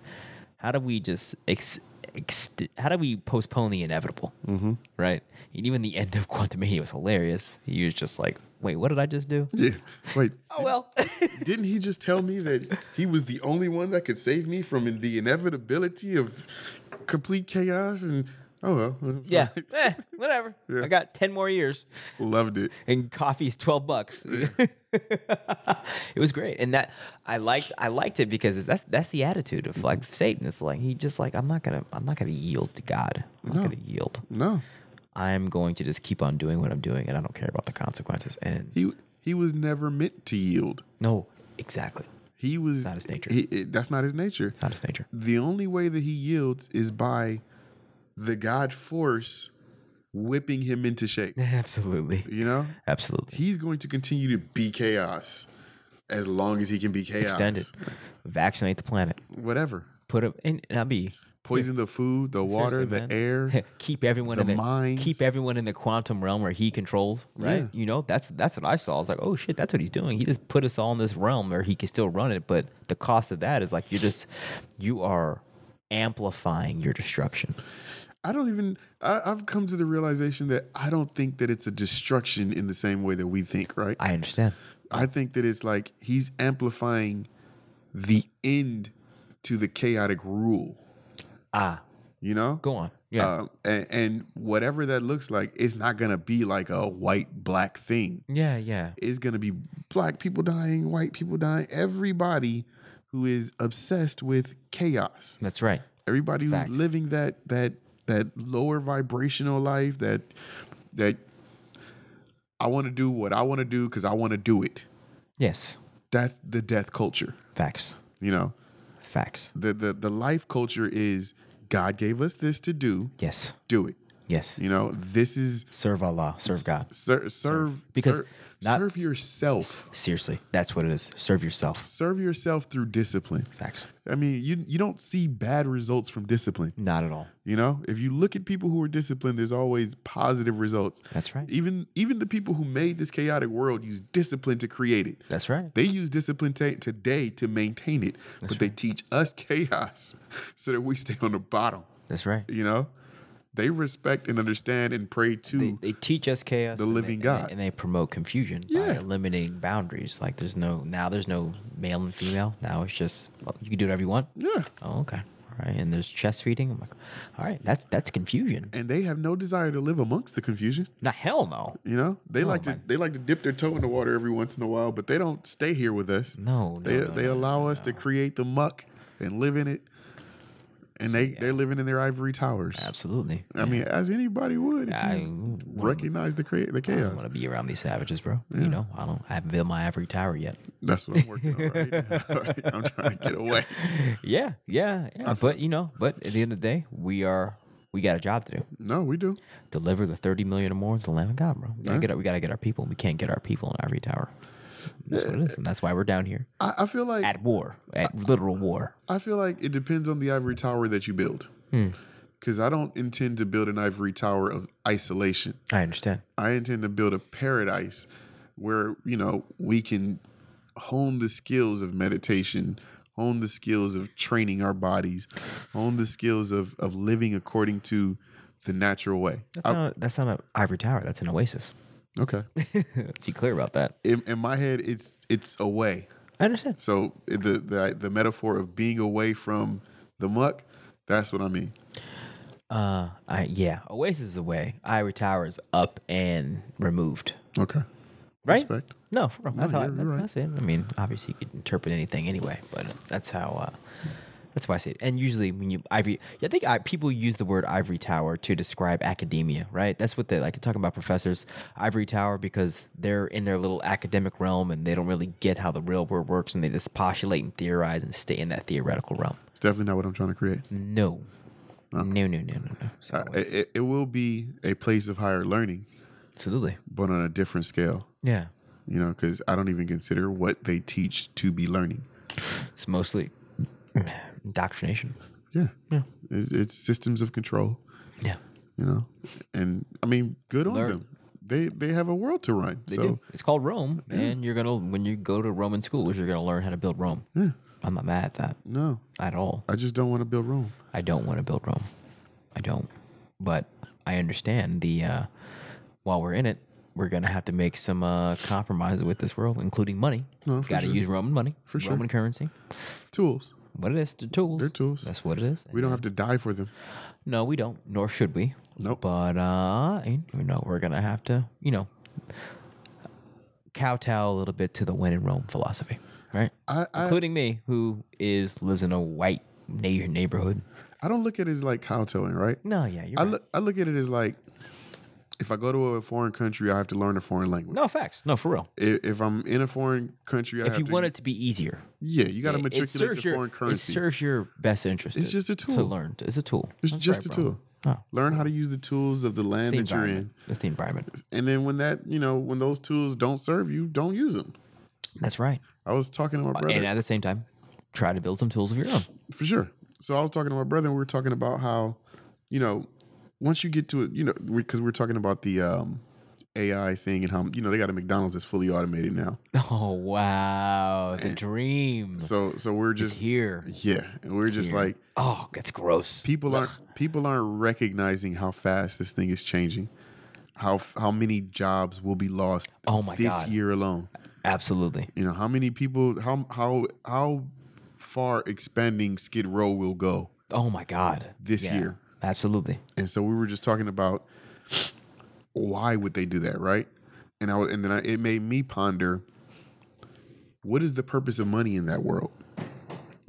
S3: how do we just ex, ex how do we postpone the inevitable? Mm-hmm. Right. And even the end of Quantumania was hilarious. He was just like, wait, what did I just do?
S2: Yeah. Wait,
S3: Oh well. *laughs*
S2: didn't he just tell me that he was the only one that could save me from the inevitability of complete chaos and oh well. *laughs* it's
S3: yeah.
S2: like-
S3: Eh, whatever. I got ten more years.
S2: Loved it.
S3: and coffee's 12 bucks. *laughs* it was great. And that I liked I liked it because that's that's the attitude of like
S2: Mm-hmm.
S3: Satan. It's like he just like I'm not going to I'm not going to yield to God. I'm not going to yield.
S2: No.
S3: I'm going to just keep on doing what I'm doing and I don't care about the consequences. And
S2: He he was never meant to yield.
S3: no, exactly.
S2: He was
S3: Not his nature.
S2: he- it- that's not his nature.
S3: It's not his
S2: *laughs*
S3: nature.
S2: the only way that he yields is by the God force whipping him into shape.
S3: Absolutely.
S2: You know,
S3: Absolutely.
S2: he's going to continue to be chaos as long as he can be chaos.
S3: Extend it. Vaccinate the planet.
S2: Whatever.
S3: Put it and, and I'll be *laughs*
S2: Poison the food, the water,
S3: Seriously,
S2: the
S3: man. *laughs*
S2: air.
S3: keep everyone
S2: the
S3: in the
S2: mines.
S3: keep everyone in the quantum realm where he controls, right?
S2: Yeah.
S3: You know, that's that's what I saw. I was like, oh shit, that's what he's doing. He just put us all in this realm where he can still run it, but the cost of that is like you're just you are amplifying your destruction.
S2: I don't even. I, I've come to the realization that I don't think that it's a destruction in the same way that we think. Right.
S3: I understand.
S2: I think that it's like he's amplifying the end to the chaotic rule.
S3: Ah,
S2: You know.
S3: go on. Yeah.
S2: um, and, and whatever that looks like, it's not gonna be like a white black thing.
S1: Yeah, yeah.
S2: It's gonna be black people dying, white people dying, everybody who is obsessed with chaos,
S1: That's right.
S2: everybody who's
S1: Facts.
S2: living that that that lower vibrational life, that that I want to do what I want to do because I want to do it.
S1: Yes.
S2: That's the death culture,
S3: Facts.
S2: you know.
S3: Facts.
S2: The the the life culture is God gave us this to do,
S3: Yes.
S2: do it.
S3: Yes.
S2: You know, this is
S3: Serve Allah. Serve God.
S2: Ser- serve
S3: Because
S2: ser-
S3: not-
S2: serve yourself.
S3: Seriously, that's what it is. Serve yourself.
S2: Serve yourself through discipline.
S3: Facts.
S2: I mean, you you don't see bad results from discipline.
S3: Not at all.
S2: You know, if you look at people who are disciplined, there's always positive results.
S3: That's right.
S2: Even even the people who made this chaotic world use discipline to create it.
S3: That's right.
S2: They use discipline ta today to maintain it, but they teach us *laughs* chaos so that we stay on the bottom.
S3: That's right.
S2: You know, they respect and understand and pray to.
S3: they, they teach us chaos,
S2: the
S3: and
S2: living
S3: they- and
S2: God.
S3: they, and they promote confusion by
S2: Yeah.
S3: eliminating boundaries. Like there's no now, there's no male and female. Now it's just well, you can do whatever you want.
S2: yeah,
S3: Oh, okay,
S1: right? And there's chest feeding. I'm like, all right, that's that's confusion.
S2: and they have no desire to live amongst the confusion.
S1: Now, hell no,
S2: You know,
S3: Oh
S2: they like to
S1: my-
S2: they like to dip their toe in the water every once in a while, but they don't stay here with us.
S1: no, no,
S2: They
S1: no,
S2: they
S1: no,
S2: allow us to create the muck and live in it, and they they're living in their ivory towers.
S1: absolutely.
S2: I mean, as anybody would, if
S1: I
S2: you
S1: wouldn't
S2: recognize the create the
S1: want
S2: chaos.
S1: to be around these savages, bro. You know, I don't. I haven't built my ivory tower yet.
S2: *laughs* That's what I'm working on
S1: *laughs*
S2: right *laughs* now. I'm trying to get away.
S1: Yeah, yeah, yeah. But you know, but at the end of the day, we are we got a job to do.
S2: No, we do.
S1: Deliver the thirty million or more to the Lamb of God, bro. We gotta get our, we gotta get our people. We can't get our people in Ivory Tower. That's what it is, and that's why we're down here
S2: I, I feel like
S1: at war, at literal war.
S2: I feel like it depends on the ivory tower that you build.
S1: Hmm.
S2: Because I don't intend to build an ivory tower of isolation.
S1: I understand.
S2: I intend to build a paradise where, you know, we can hone the skills of meditation, hone the skills of training our bodies, hone the skills of, of living according to the natural way.
S1: That's not that's not an Ivory Tower. That's an oasis.
S2: Okay.
S1: Be clear about that.
S2: In, in my head, it's it's a way.
S1: I understand.
S2: So the, the the metaphor of being away from the muck, that's what I mean.
S1: Uh, I yeah. Oasis is away. Ivory Tower is up and removed.
S2: Okay.
S1: Right?
S2: Respect.
S1: No, for real. That's,
S2: No,
S1: how,
S2: Oh, you're-
S1: that-
S2: you're right.
S1: that's it. I mean, obviously, you could interpret anything anyway, but that's how. Uh, that's why I say it. And usually, when you ivory, I think I, people use the word ivory tower to describe academia, right? That's what they like talking about professors, ivory tower, because they're in their little academic realm and they don't really get how the real world works, and they just postulate and theorize and stay in that theoretical realm.
S2: It's definitely not what I'm trying to create.
S1: No, no, no, no, no, no. So,
S2: I- it, it will be a place of higher learning,
S1: absolutely,
S2: but on a different scale.
S1: yeah.
S2: you know, because I don't even consider what they teach to be learning.
S1: It's mostly indoctrination.
S2: Yeah, It's, it's systems of control,
S1: Yeah,
S2: you know, and I mean, good on
S1: Learn.
S2: them. They they have a world to run.
S1: They
S2: so
S1: do. It's called Rome, and you're gonna when you go to Roman schools, you're gonna learn how to build Rome. I'm not mad at that
S2: no,
S1: at all.
S2: I just don't want to build Rome.
S1: I don't want to build Rome. I don't, but I understand the. Uh, while we're in it, we're gonna have to make some uh, compromises with this world, including money.
S2: No, for
S1: Got to
S2: sure.
S1: use Roman money,
S2: For sure.
S1: Roman currency.
S2: Tools.
S1: What it is, the tools.
S2: They're tools.
S1: That's what it is.
S2: We don't have to die for them.
S1: No, we don't, nor should we.
S2: Nope.
S1: But uh, you know, we're gonna have to, you know, kowtow a little bit to the win in Rome philosophy, right?
S2: I, I
S1: Including me, who is lives in a white na- neighborhood.
S2: I don't look at it as like kowtowing, right?
S1: No, yeah, you're
S2: I
S1: right.
S2: look I look at it as like if I go to a foreign country, I have to learn a foreign language.
S1: no facts. No, for real.
S2: If, if I'm in a foreign country, I
S1: If
S2: have
S1: you
S2: to,
S1: want it to be easier,
S2: yeah, you got to
S1: it
S2: matriculate
S1: serves
S2: to
S1: your
S2: foreign
S1: it
S2: currency.
S1: serves your best interest.
S2: It's
S1: to-
S2: just a
S1: to
S2: tool.
S1: learn. It's a tool.
S2: It's
S1: That's
S2: just
S1: right,
S2: a
S1: bro.
S2: tool. Learn how to use the tools of the land
S1: It's the
S2: that you're in,
S1: environment. It's the environment.
S2: and then when that you know when those tools don't serve you, don't use them.
S1: That's right. Uh,
S2: I was talking to my brother
S1: And at the same time, try to build some tools of your own.
S2: for sure. So I was talking to my brother, and we were talking about how you know once you get to it, you know, because we, are talking about the um, AI thing and how you know they got a McDonald's that's fully automated now.
S1: Oh wow, the dream
S2: So so we're
S1: is
S2: just
S1: here.
S2: yeah, and we're just
S1: here.
S2: like
S1: Oh, that's gross.
S2: people aren't people aren't recognizing how fast this thing is changing. How how many jobs will be lost
S1: Oh my
S2: this
S1: God.
S2: year alone?
S1: Absolutely.
S2: you know how many people how how how far expanding skid row will go
S1: Oh my god.
S2: This year.
S1: Absolutely.
S2: and so we were just talking about why would they do that right and i wa- and then I, it made me ponder what is the purpose of money in that world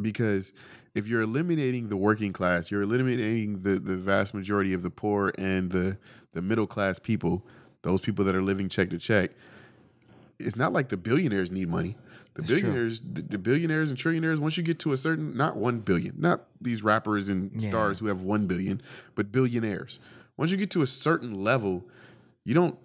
S2: because if you're eliminating the working class you're eliminating the the vast majority of the poor and the the middle class people those people that are living check to check it's not like the billionaires need money. The billionaires, the, the billionaires and trillionaires, once you get to a certain, not one billion, not these rappers and stars who have one billion, but billionaires. Once you get to a certain level, you don't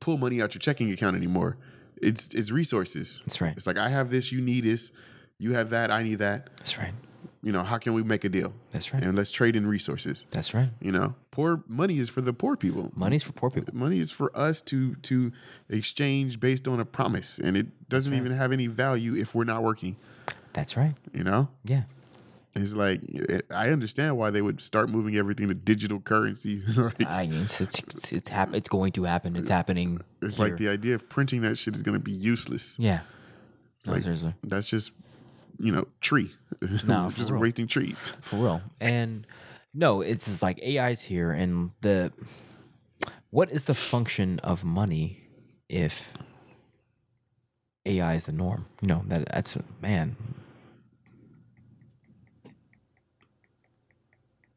S2: pull money out your checking account anymore. It's it's resources.
S1: That's right.
S2: It's like I have this, you need this. You have that, I need that.
S1: That's right.
S2: You know, how can we make a deal?
S1: That's right.
S2: And let's trade in resources.
S1: That's right.
S2: You know, poor money is for the poor people
S1: Money's for poor people.
S2: money is for us to to exchange based on a promise and it doesn't even have any value if we're not working
S1: That's right.
S2: you know
S1: Yeah.
S2: it's like it- i understand why they would start moving everything to digital currency *laughs*
S3: Ah,
S2: like,
S1: I mean, it's it's it's, it's, hap- it's going to happen. It's happening.
S2: it's
S1: here.
S2: like the idea of printing that shit is going to be useless
S1: yeah. No,
S2: like-
S1: seriously.
S2: that's just you know, tree. *laughs*
S3: No, for
S2: just
S3: real.
S2: wasting trees.
S3: for real. And no, it's just like AI's here, and the what is the function of money if AI is the norm? You know that that's man.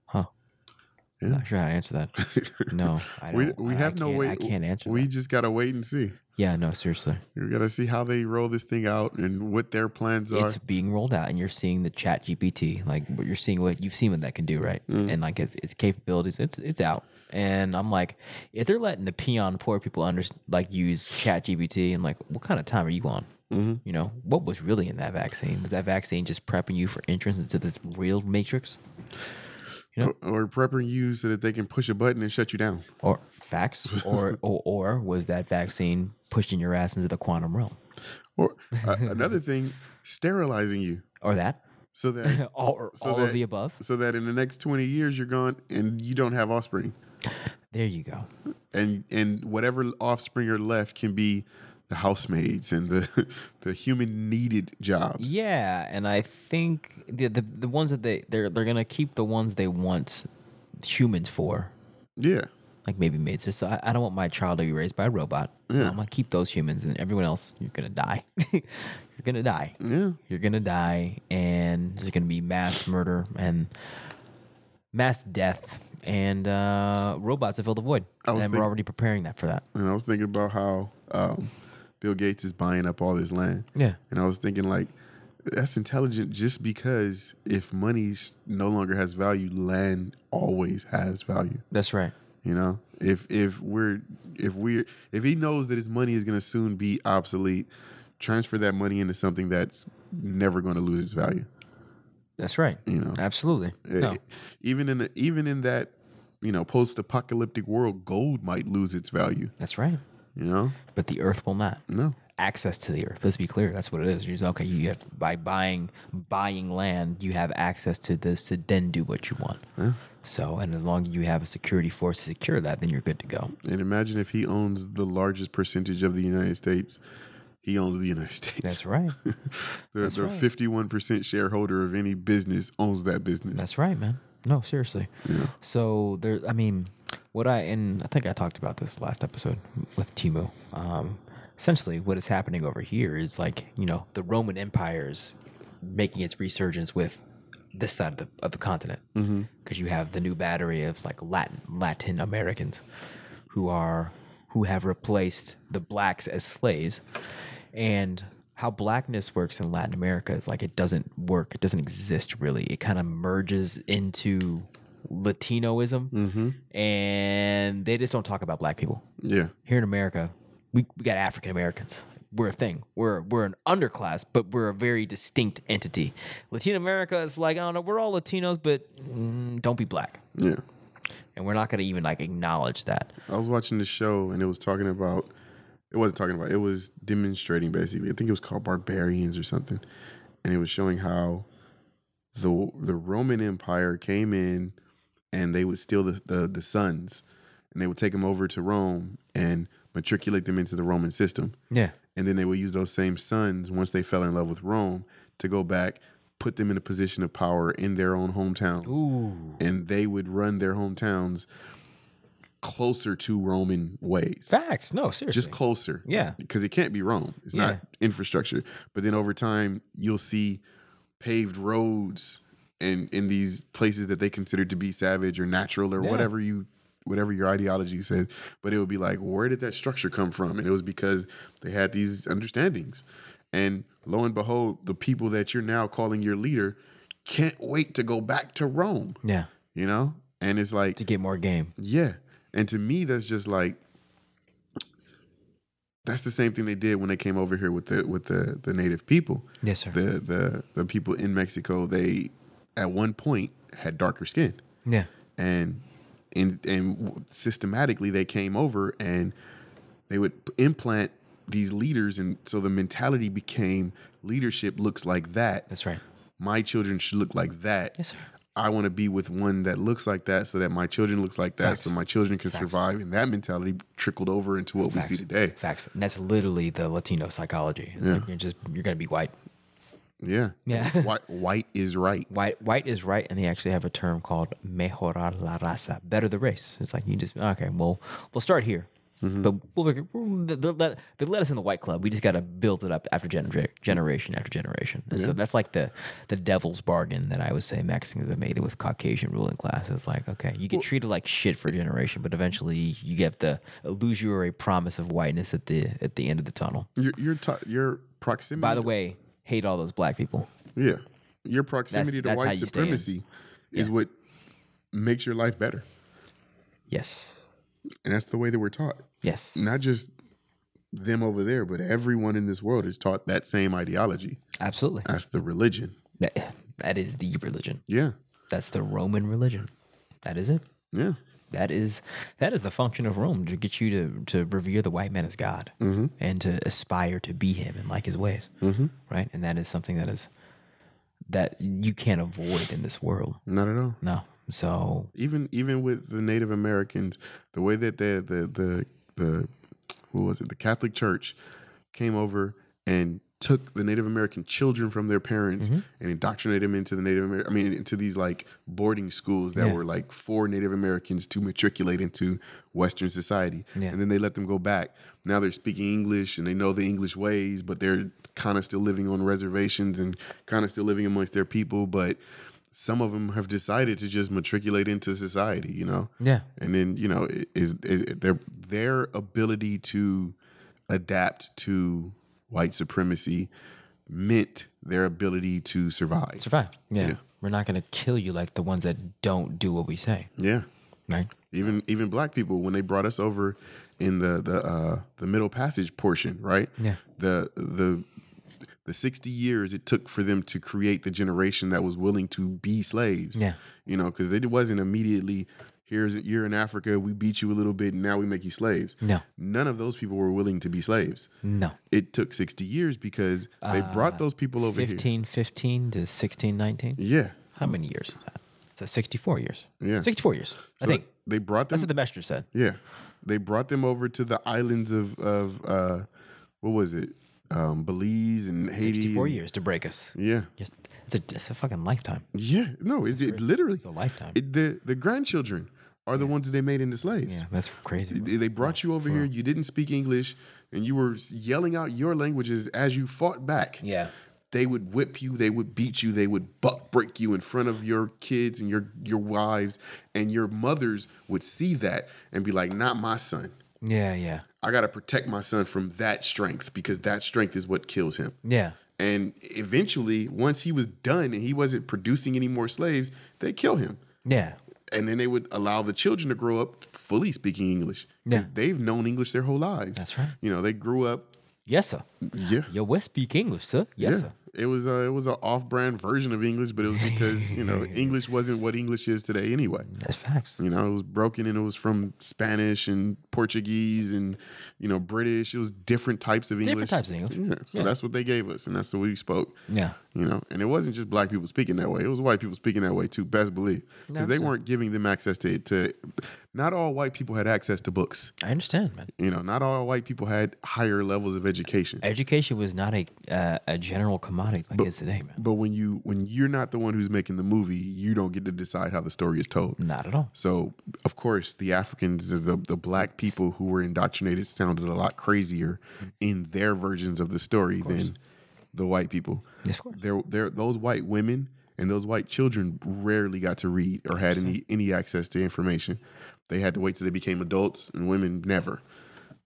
S3: Huh.
S2: Yeah.
S3: Not sure how to answer that.
S2: *laughs*
S3: No, I
S2: we
S3: don't-
S2: we
S3: I- I
S2: have no
S3: can't-
S2: way.
S3: I can't answer.
S2: We
S3: that.
S2: just gotta wait and see.
S3: Yeah, no, seriously,
S2: We gotta see how they roll this thing out and what their plans are.
S3: it's being rolled out, and you're seeing the Chat GPT, like what you're seeing, what you've seen what that can do, right?
S2: Mm.
S3: And like its, its capabilities, it's it's out. And I'm like, if they're letting the peon poor people under like use Chat GPT, and like, what kind of time are you on?
S2: Mhm.
S3: You know, what was really in that vaccine? Was that vaccine just prepping you for entrance into this real matrix?
S2: Or, or prepping you so that they can push a button and shut you down.
S3: Or
S2: *laughs*
S3: facts, or, or or was that vaccine pushing your ass into the quantum realm,
S2: Or uh,
S3: *laughs*
S2: another thing, sterilizing you
S3: or that,
S2: so that
S3: *laughs* all, or
S2: So
S3: all
S2: that-
S3: of the above?
S2: so that in the next twenty years you're gone and you don't have offspring.
S3: There you go.
S2: and and whatever offspring are left can be the housemaids and the *laughs* the human needed jobs.
S3: Yeah, and I think the the, the ones that they they're they're gonna keep the ones they want humans for,
S2: Yeah,
S3: like maybe maids. So I, I don't want my child to be raised by a robot. So I'm gonna keep those humans, and everyone else, you're gonna die. *laughs* you're gonna die.
S2: yeah.
S3: You're gonna die, and there's gonna be mass murder and mass death, and uh, robots to fill the void.
S2: I
S3: And
S2: was
S3: we're
S2: think-
S3: already preparing that for that.
S2: And I was thinking about how um, Bill Gates is buying up all this land.
S3: Yeah.
S2: and I was thinking like that's intelligent just because if money s- no longer has value, land always has value.
S3: That's right.
S2: You know, if if we're if we're if he knows that his money is going to soon be obsolete, transfer that money into something that's never going to lose its value.
S3: That's right.
S2: You know,
S3: Absolutely. No.
S2: E- even in the, even in that you know post-apocalyptic world gold might lose its value
S3: That's right.
S2: you know
S3: But the Earth will not.
S2: no
S3: access to the earth. Let's be clear. That's what it is. You're just, okay, you have by buying buying land, you have access to this to then do what you want. So, and as long as you have a security force to secure that, then you're good to go.
S2: and imagine if he owns the largest percentage of the united states he owns the united *laughs* states
S3: That's right.
S2: the, the 51% shareholder of any business owns that business
S3: That's right, man. No, seriously. So there, I mean, what I and I think I talked about this last episode with Timo. Um, essentially, what is happening over here is like you know the Roman Empire is making its resurgence with this side of the, of the continent because you have the new battery of like Latin Latin Americans who are who have replaced the blacks as slaves and how blackness works in Latin America is like it doesn't work it doesn't exist really it kind of merges into latinoism and they just don't talk about black people
S2: yeah
S3: here in America we, we got African Americans we're a thing we're we're an underclass but we're a very distinct entity Latin America is like I don't know we're all Latinos but mm, don't be black
S2: yeah
S3: and we're not going to even like acknowledge that
S2: i was watching the show and it was talking about it wasn't talking about it was demonstrating basically i think it was called barbarians or something and it was showing how the the Roman Empire came in and they would steal the, the, the sons and they would take them over to Rome and matriculate them into the Roman system.
S3: yeah
S2: And then they would use those same sons once they fell in love with Rome to go back, put them in a position of power in their own hometowns. And they would run their hometowns closer to Roman ways.
S3: facts no seriously
S2: Just closer.
S3: Yeah.
S2: Because it can't be Rome. It's not infrastructure. But then over time, you'll see paved roads and in these places that they consider to be savage or natural or whatever you whatever your ideology says. But it would be like, where did that structure come from? And it was because they had these understandings. And lo and behold, the people that you're now calling your leader can't wait to go back to Rome.
S3: yeah
S2: You know? And it's like
S3: to get more game
S2: yeah. And to me, that's just like that's the same thing they did when they came over here with the with the the native people.
S3: Yes, sir.
S2: The the the people in Mexico, they at one point had darker skin.
S3: yeah
S2: And and and systematically they came over and they would implant these leaders and so the mentality became leadership looks like that.
S3: that's right
S2: My children should look like that.
S3: yes sir
S2: I want to be with one that looks like that so that my children looks like that so my children can survive and that mentality trickled over into what we see today.
S3: Facts. And that's literally the Latino psychology. It's like you're just you're gonna be white.
S2: Yeah.
S1: Yeah.
S2: *laughs* White, white is right.
S1: White white is right, and they actually have a term called mejorar la raza, better the race. It's like you just okay. Well, we'll start here, but we'll, we'll, they let, they let us in the white club. We just got to build it up after gener- generation after generation. And so that's like the the devil's bargain that I would say Mexicans have made with Caucasian ruling class. It's like okay, you get treated like shit for a generation, but eventually you get the illusory promise of whiteness at the at the end of the tunnel.
S2: Your your to- your proximity.
S1: By the way, hate all those black people.
S2: yeah, your proximity
S1: that's
S2: to
S1: how
S2: white
S1: you stay in.
S2: supremacy is what makes your life better,
S1: Yes,
S2: and that's the way that we're taught.
S1: yes,
S2: Not just them over there, but everyone in this world is taught that same ideology.
S1: absolutely.
S2: That's the religion.
S1: That, that is the religion.
S2: Yeah,
S1: That's the Roman religion. That is it.
S2: yeah.
S1: That is that is the function of Rome to get you to to revere the white man as God and to aspire to be him and like his ways, mm-hmm. right? And that is something that is that you can't avoid in this world.
S2: Not at all.
S1: No, so
S2: even even with the Native Americans, the way that the the the, the what was it? The Catholic Church came over and took the Native American children from their parents and indoctrinated them into the Native Amer- I mean into these like boarding schools that were like for Native Americans to matriculate into Western society. And then they let them go back. Now they're speaking English and they know the English ways, but they're kind of still living on reservations and kind of still living amongst their people, but some of them have decided to just matriculate into society, you know.
S1: Yeah.
S2: And then you know i- is, is their their ability to adapt to white supremacy meant their ability to survive.
S1: survive. Yeah. we're not gonna kill you like the ones that don't do what we say,
S2: Yeah.
S1: right?
S2: Even even black people when they brought us over in the the uh, the Middle Passage portion, right?
S1: Yeah.
S2: The the the 60 years it took for them to create the generation that was willing to be slaves.
S1: Yeah.
S2: You know, because it wasn't immediately, here's you're in Africa, we beat you a little bit, and now we make you slaves.
S1: No.
S2: None of those people were willing to be slaves.
S1: No,
S2: It took 60 years because they brought those people over here.
S1: Uh, fifteen fifteen to sixteen nineteen.
S2: Yeah.
S1: How many years is that? It's a sixty-four years.
S2: Yeah.
S1: sixty-four years. I
S2: So
S1: think
S2: they brought them
S1: that's what the messenger said.
S2: Yeah, they brought them over to the islands of of uh, what was it, um, Belize and Haiti.
S1: 64
S2: and-
S1: years to break us.
S2: Yeah,
S1: Just, it's, a, it's a fucking lifetime.
S2: yeah. No, it, it literally
S1: It's a lifetime.
S2: it, the the grandchildren are the ones that they made into slaves.
S1: yeah, that's crazy.
S2: They they brought you over here. You didn't speak English, and you were yelling out your languages as you fought back.
S1: Yeah.
S2: They would whip you. They would beat you. They would buck break you in front of your kids and your your wives, and your mothers would see that and be like, "Not my son."
S1: Yeah, yeah.
S2: I got to protect my son from that strength because that strength is what kills him.
S1: Yeah.
S2: And eventually, once he was done and he wasn't producing any more slaves, they kill him.
S1: Yeah.
S2: And then they would allow the children to grow up fully speaking English. 'Cause
S1: Yeah.
S2: They've known English their whole lives.
S1: That's right.
S2: You know, they grew up.
S1: Yes, sir.
S2: Yeah.
S1: Yo, we speak English, sir. Yes,
S2: yeah.
S1: sir.
S2: It was a, it was an off brand version of English, but it was because, you
S1: *laughs*
S2: know, English wasn't what English is today anyway.
S1: That's facts.
S2: You know, it was broken and it was from Spanish and Portuguese and, you know, British. It was different types of
S1: Different
S2: English.
S1: types of English.
S2: Yeah. So that's what they gave us and that's the way we spoke.
S1: Yeah.
S2: You know, and it wasn't just black people speaking that way. It was white people speaking that way too, best believe. Because they weren't giving them access to, to not all white people had access to books.
S1: I understand, man.
S2: You know, not all white people had higher levels of education.
S1: Education was not a uh, a general commodity like it is today, man.
S2: But when you when you're not the one who's making the movie, you don't get to decide how the story is told.
S1: Not at all.
S2: So, of course, the Africans, the, the black people who were indoctrinated, sounded a lot crazier
S1: Mm-hmm.
S2: in their versions of the story than the white people.
S1: Yes, of course.
S2: There, there, those white women and those white children rarely got to read or had any any access to information. They had to wait till they became adults, and women never.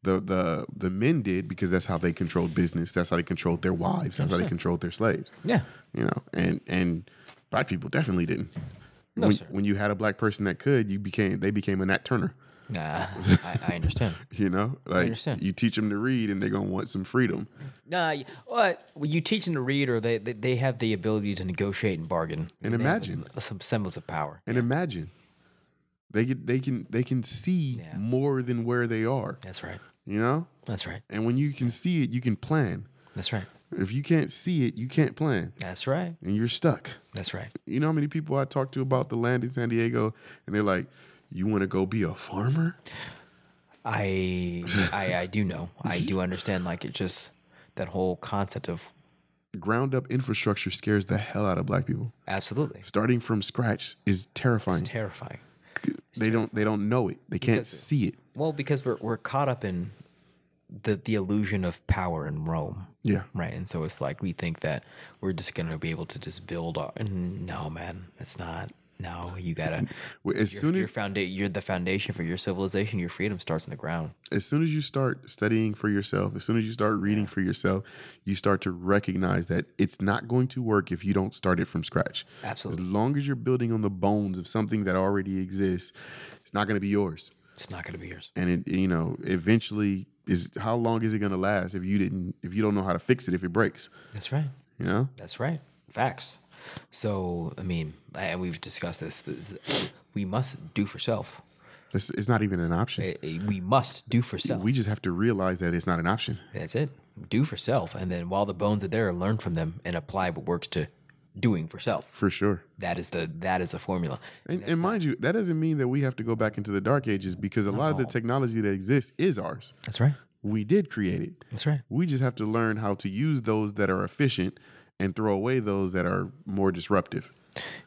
S2: The the the men did because that's how they controlled business. That's how they controlled their wives. That's how they controlled their slaves
S1: Yeah.
S2: you know, and and black people definitely didn't. when,
S1: sir.
S2: when you had a black person that could, you became they became a Nat Turner.
S1: Nah, I, I understand.
S2: You know, like
S1: understand.
S2: you teach them to read, and they're gonna want some freedom.
S1: Nah, y- what? Well, you teach them to read, or they, they, they have the ability to negotiate and bargain. They
S2: And
S1: have
S2: imagine.
S1: some semblance of power.
S2: And imagine they get they can they can see
S1: Yeah.
S2: more than where they are.
S1: That's right.
S2: You know,
S1: That's right.
S2: and when you can see it, you can plan.
S1: That's right.
S2: If you can't see it, you can't plan,
S1: That's right.
S2: and you're stuck.
S1: That's right.
S2: You know how many people I talked to about the land in San Diego, and they're like, "You want to go be a farmer?"
S1: I I, I do know. I do understand like it just that whole concept of
S2: ground up infrastructure scares the hell out of black people.
S1: Absolutely.
S2: Starting from scratch is terrifying.
S1: It's terrifying.
S2: they don't they don't know it. They can't see it.
S1: Well, because we're we're caught up in the the illusion of power in Rome.
S2: Yeah.
S1: Right. And so it's like we think that we're just gonna be able to just build our no man, it's not. No, you gotta
S2: Well, As soon
S1: your
S2: as
S1: founda- you're the foundation for your civilization, your freedom starts in the ground.
S2: as soon as you start studying for yourself, as soon as you start reading for yourself, you start to recognize that it's not going to work if you don't start it from scratch.
S1: Absolutely.
S2: As long as you're building on the bones of something that already exists, it's not going to be yours.
S1: It's not gonna be yours.
S2: And it you know, eventually is how long is it going to last if you didn't if you don't know how to fix it if it breaks,
S1: That's right.
S2: you know?
S1: That's right. Facts. So I mean, and we've discussed this. th- We must do for self.
S2: It's, it's not even an option.
S1: Eh, eh, We must do for self.
S2: We just have to realize that it's not an option.
S1: That's it. Do for self. And then while the bones are there, learn from them and apply what works to doing for self.
S2: For sure.
S1: That is the that is the formula.
S2: And, and mind you, that doesn't mean that we have to go back into the dark ages because a lot of the technology that exists is ours.
S1: That's right.
S2: We did create it.
S1: That's right.
S2: We just have to learn how to use those that are efficient and throw away those that are more disruptive,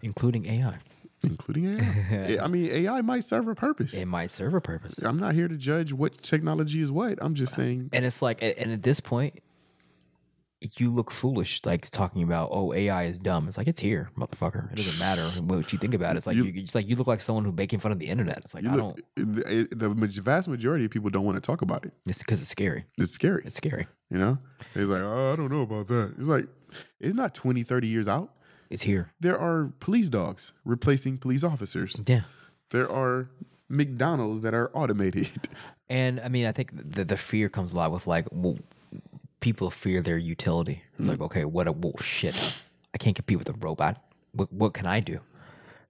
S1: Including AI.
S2: including
S1: *laughs*
S2: AI. I mean, AI might serve a purpose.
S1: It might serve a purpose.
S2: I'm not here to judge what technology is what. I'm just saying
S1: And it's like and at this point you look foolish like talking about oh AI is dumb. It's like it's here, motherfucker. It doesn't matter what you think about it. It's like you, it's like you look like someone who making fun of the internet. It's like I don't
S2: the, the maj- vast majority of people don't want to talk about it.
S1: it's because it's scary.
S2: It's scary.
S1: It's scary.
S2: You know, it's like, oh, I don't know about that. It's like, it's not 20, 30 years out.
S1: It's here.
S2: There are police dogs replacing police officers.
S1: Yeah.
S2: There are McDonald's that are automated.
S1: And I mean, I think the the fear comes a lot with like w people fear their utility. It's like, okay, what a well, shit. I can't compete with a robot. What what can I do?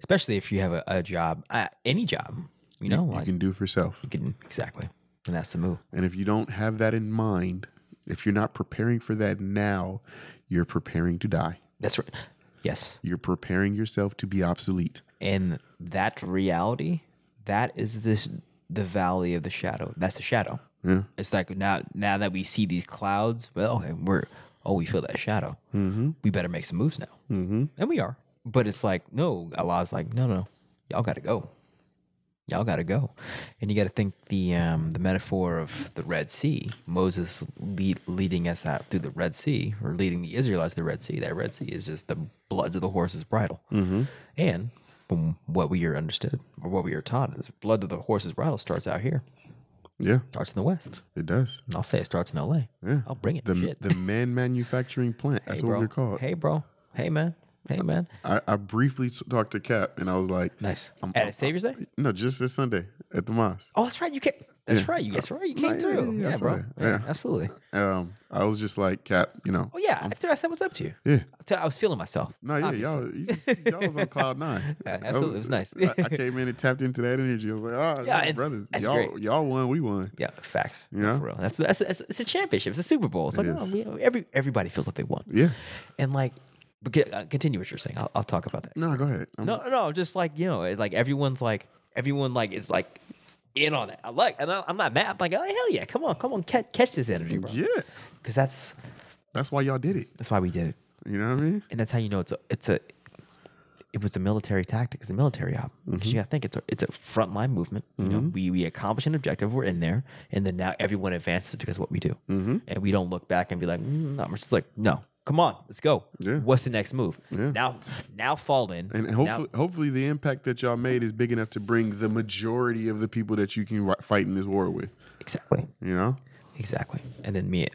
S1: Especially if you have a, a job, uh, any job, you know,
S2: You
S1: like
S2: can do for self.
S1: you can exactly, and that's the move.
S2: And if you don't have that in mind, if you're not preparing for that now, you're preparing to die.
S1: That's right. Yes,
S2: You're preparing yourself to be obsolete.
S1: and that reality, that is this the valley of the shadow. That's the shadow. Yeah. It's like now now that we see these clouds, well, okay, we're oh we feel that shadow. Mm-hmm. We better make some moves now, mm-hmm. and we are. But it's like no, Allah's like no, no, y'all got to go, y'all got to go, and you got to think the um, the metaphor of the Red Sea, Moses lead, leading us out through the Red Sea, or leading the Israelites through the Red Sea. That Red Sea is just the blood to the horse's bridle, mm-hmm. and from what we are understood or what we are taught is blood to the horse's bridle starts out here,
S2: Yeah,
S1: starts in the West.
S2: it does.
S1: And I'll say it starts in LA.
S2: Yeah.
S1: I'll bring it.
S2: The,
S1: Shit.
S2: the man manufacturing plant. That's
S1: hey,
S2: what
S1: bro.
S2: we're called.
S1: Hey, bro. Hey, man. Hey, man.
S2: I, I briefly talked to Cap and I was like,
S1: Nice.
S2: I'm-
S1: At
S2: I'm-
S1: a Savior's Day?
S2: No, just this Sunday at the mosque.
S1: Oh, that's right. You came. That's right. You guys right. You came
S2: yeah,
S1: through. Yeah,
S2: yeah, yeah, I saw
S1: bro.
S2: that.
S1: Yeah,
S2: Yeah.
S1: absolutely.
S2: Um, I was just like, Cap, you know.
S1: Oh yeah. After I said what's up to you.
S2: Yeah.
S1: I t- I was feeling myself.
S2: No, yeah, y'all, you just-
S1: *laughs*
S2: y'all was on cloud nine.
S1: Yeah, absolutely, it was nice.
S2: I,
S1: *laughs*
S2: I came in and tapped into that energy. I was like, oh,
S1: Yeah,
S2: yeah,
S1: and-
S2: brothers,
S1: that's
S2: y'all,
S1: great.
S2: y'all won, we won.
S1: Yeah, facts.
S2: Yeah.
S1: for real. That's, that's that's it's a championship. It's a Super Bowl. It's like
S2: It
S1: oh,
S2: is.
S1: we, every everybody feels like they won.
S2: Yeah.
S1: And like, but get, uh, continue what you're saying. I'll, I'll talk about that.
S2: No, go ahead. I'm-
S1: No, no, just like you know, it's like everyone's like everyone like is like in on it. I like, and I- I'm not mad. I'm like, oh hell yeah, come on, come on, catch, catch this energy, bro.
S2: Yeah,
S1: because that's
S2: that's why y'all did it.
S1: that's why we did it,
S2: You know what I mean?
S1: and that's how you know it's a it's a it was a military tactic. It's a military op. 'Cause you got to think it's a it's a frontline movement. You know, we we accomplish an objective. We're in there, and then now everyone advances because of what we do, mm-hmm. and we don't look back and be like, mm, no, we're just like, no, come on, let's go.
S2: Yeah.
S1: What's the next move? Now, now fall in,
S2: And
S1: Now-
S2: hopefully, hopefully, the impact that y'all made is big enough to bring the majority of the people that you can ri- fight in this war with.
S1: exactly.
S2: You know?
S1: Exactly. And then me,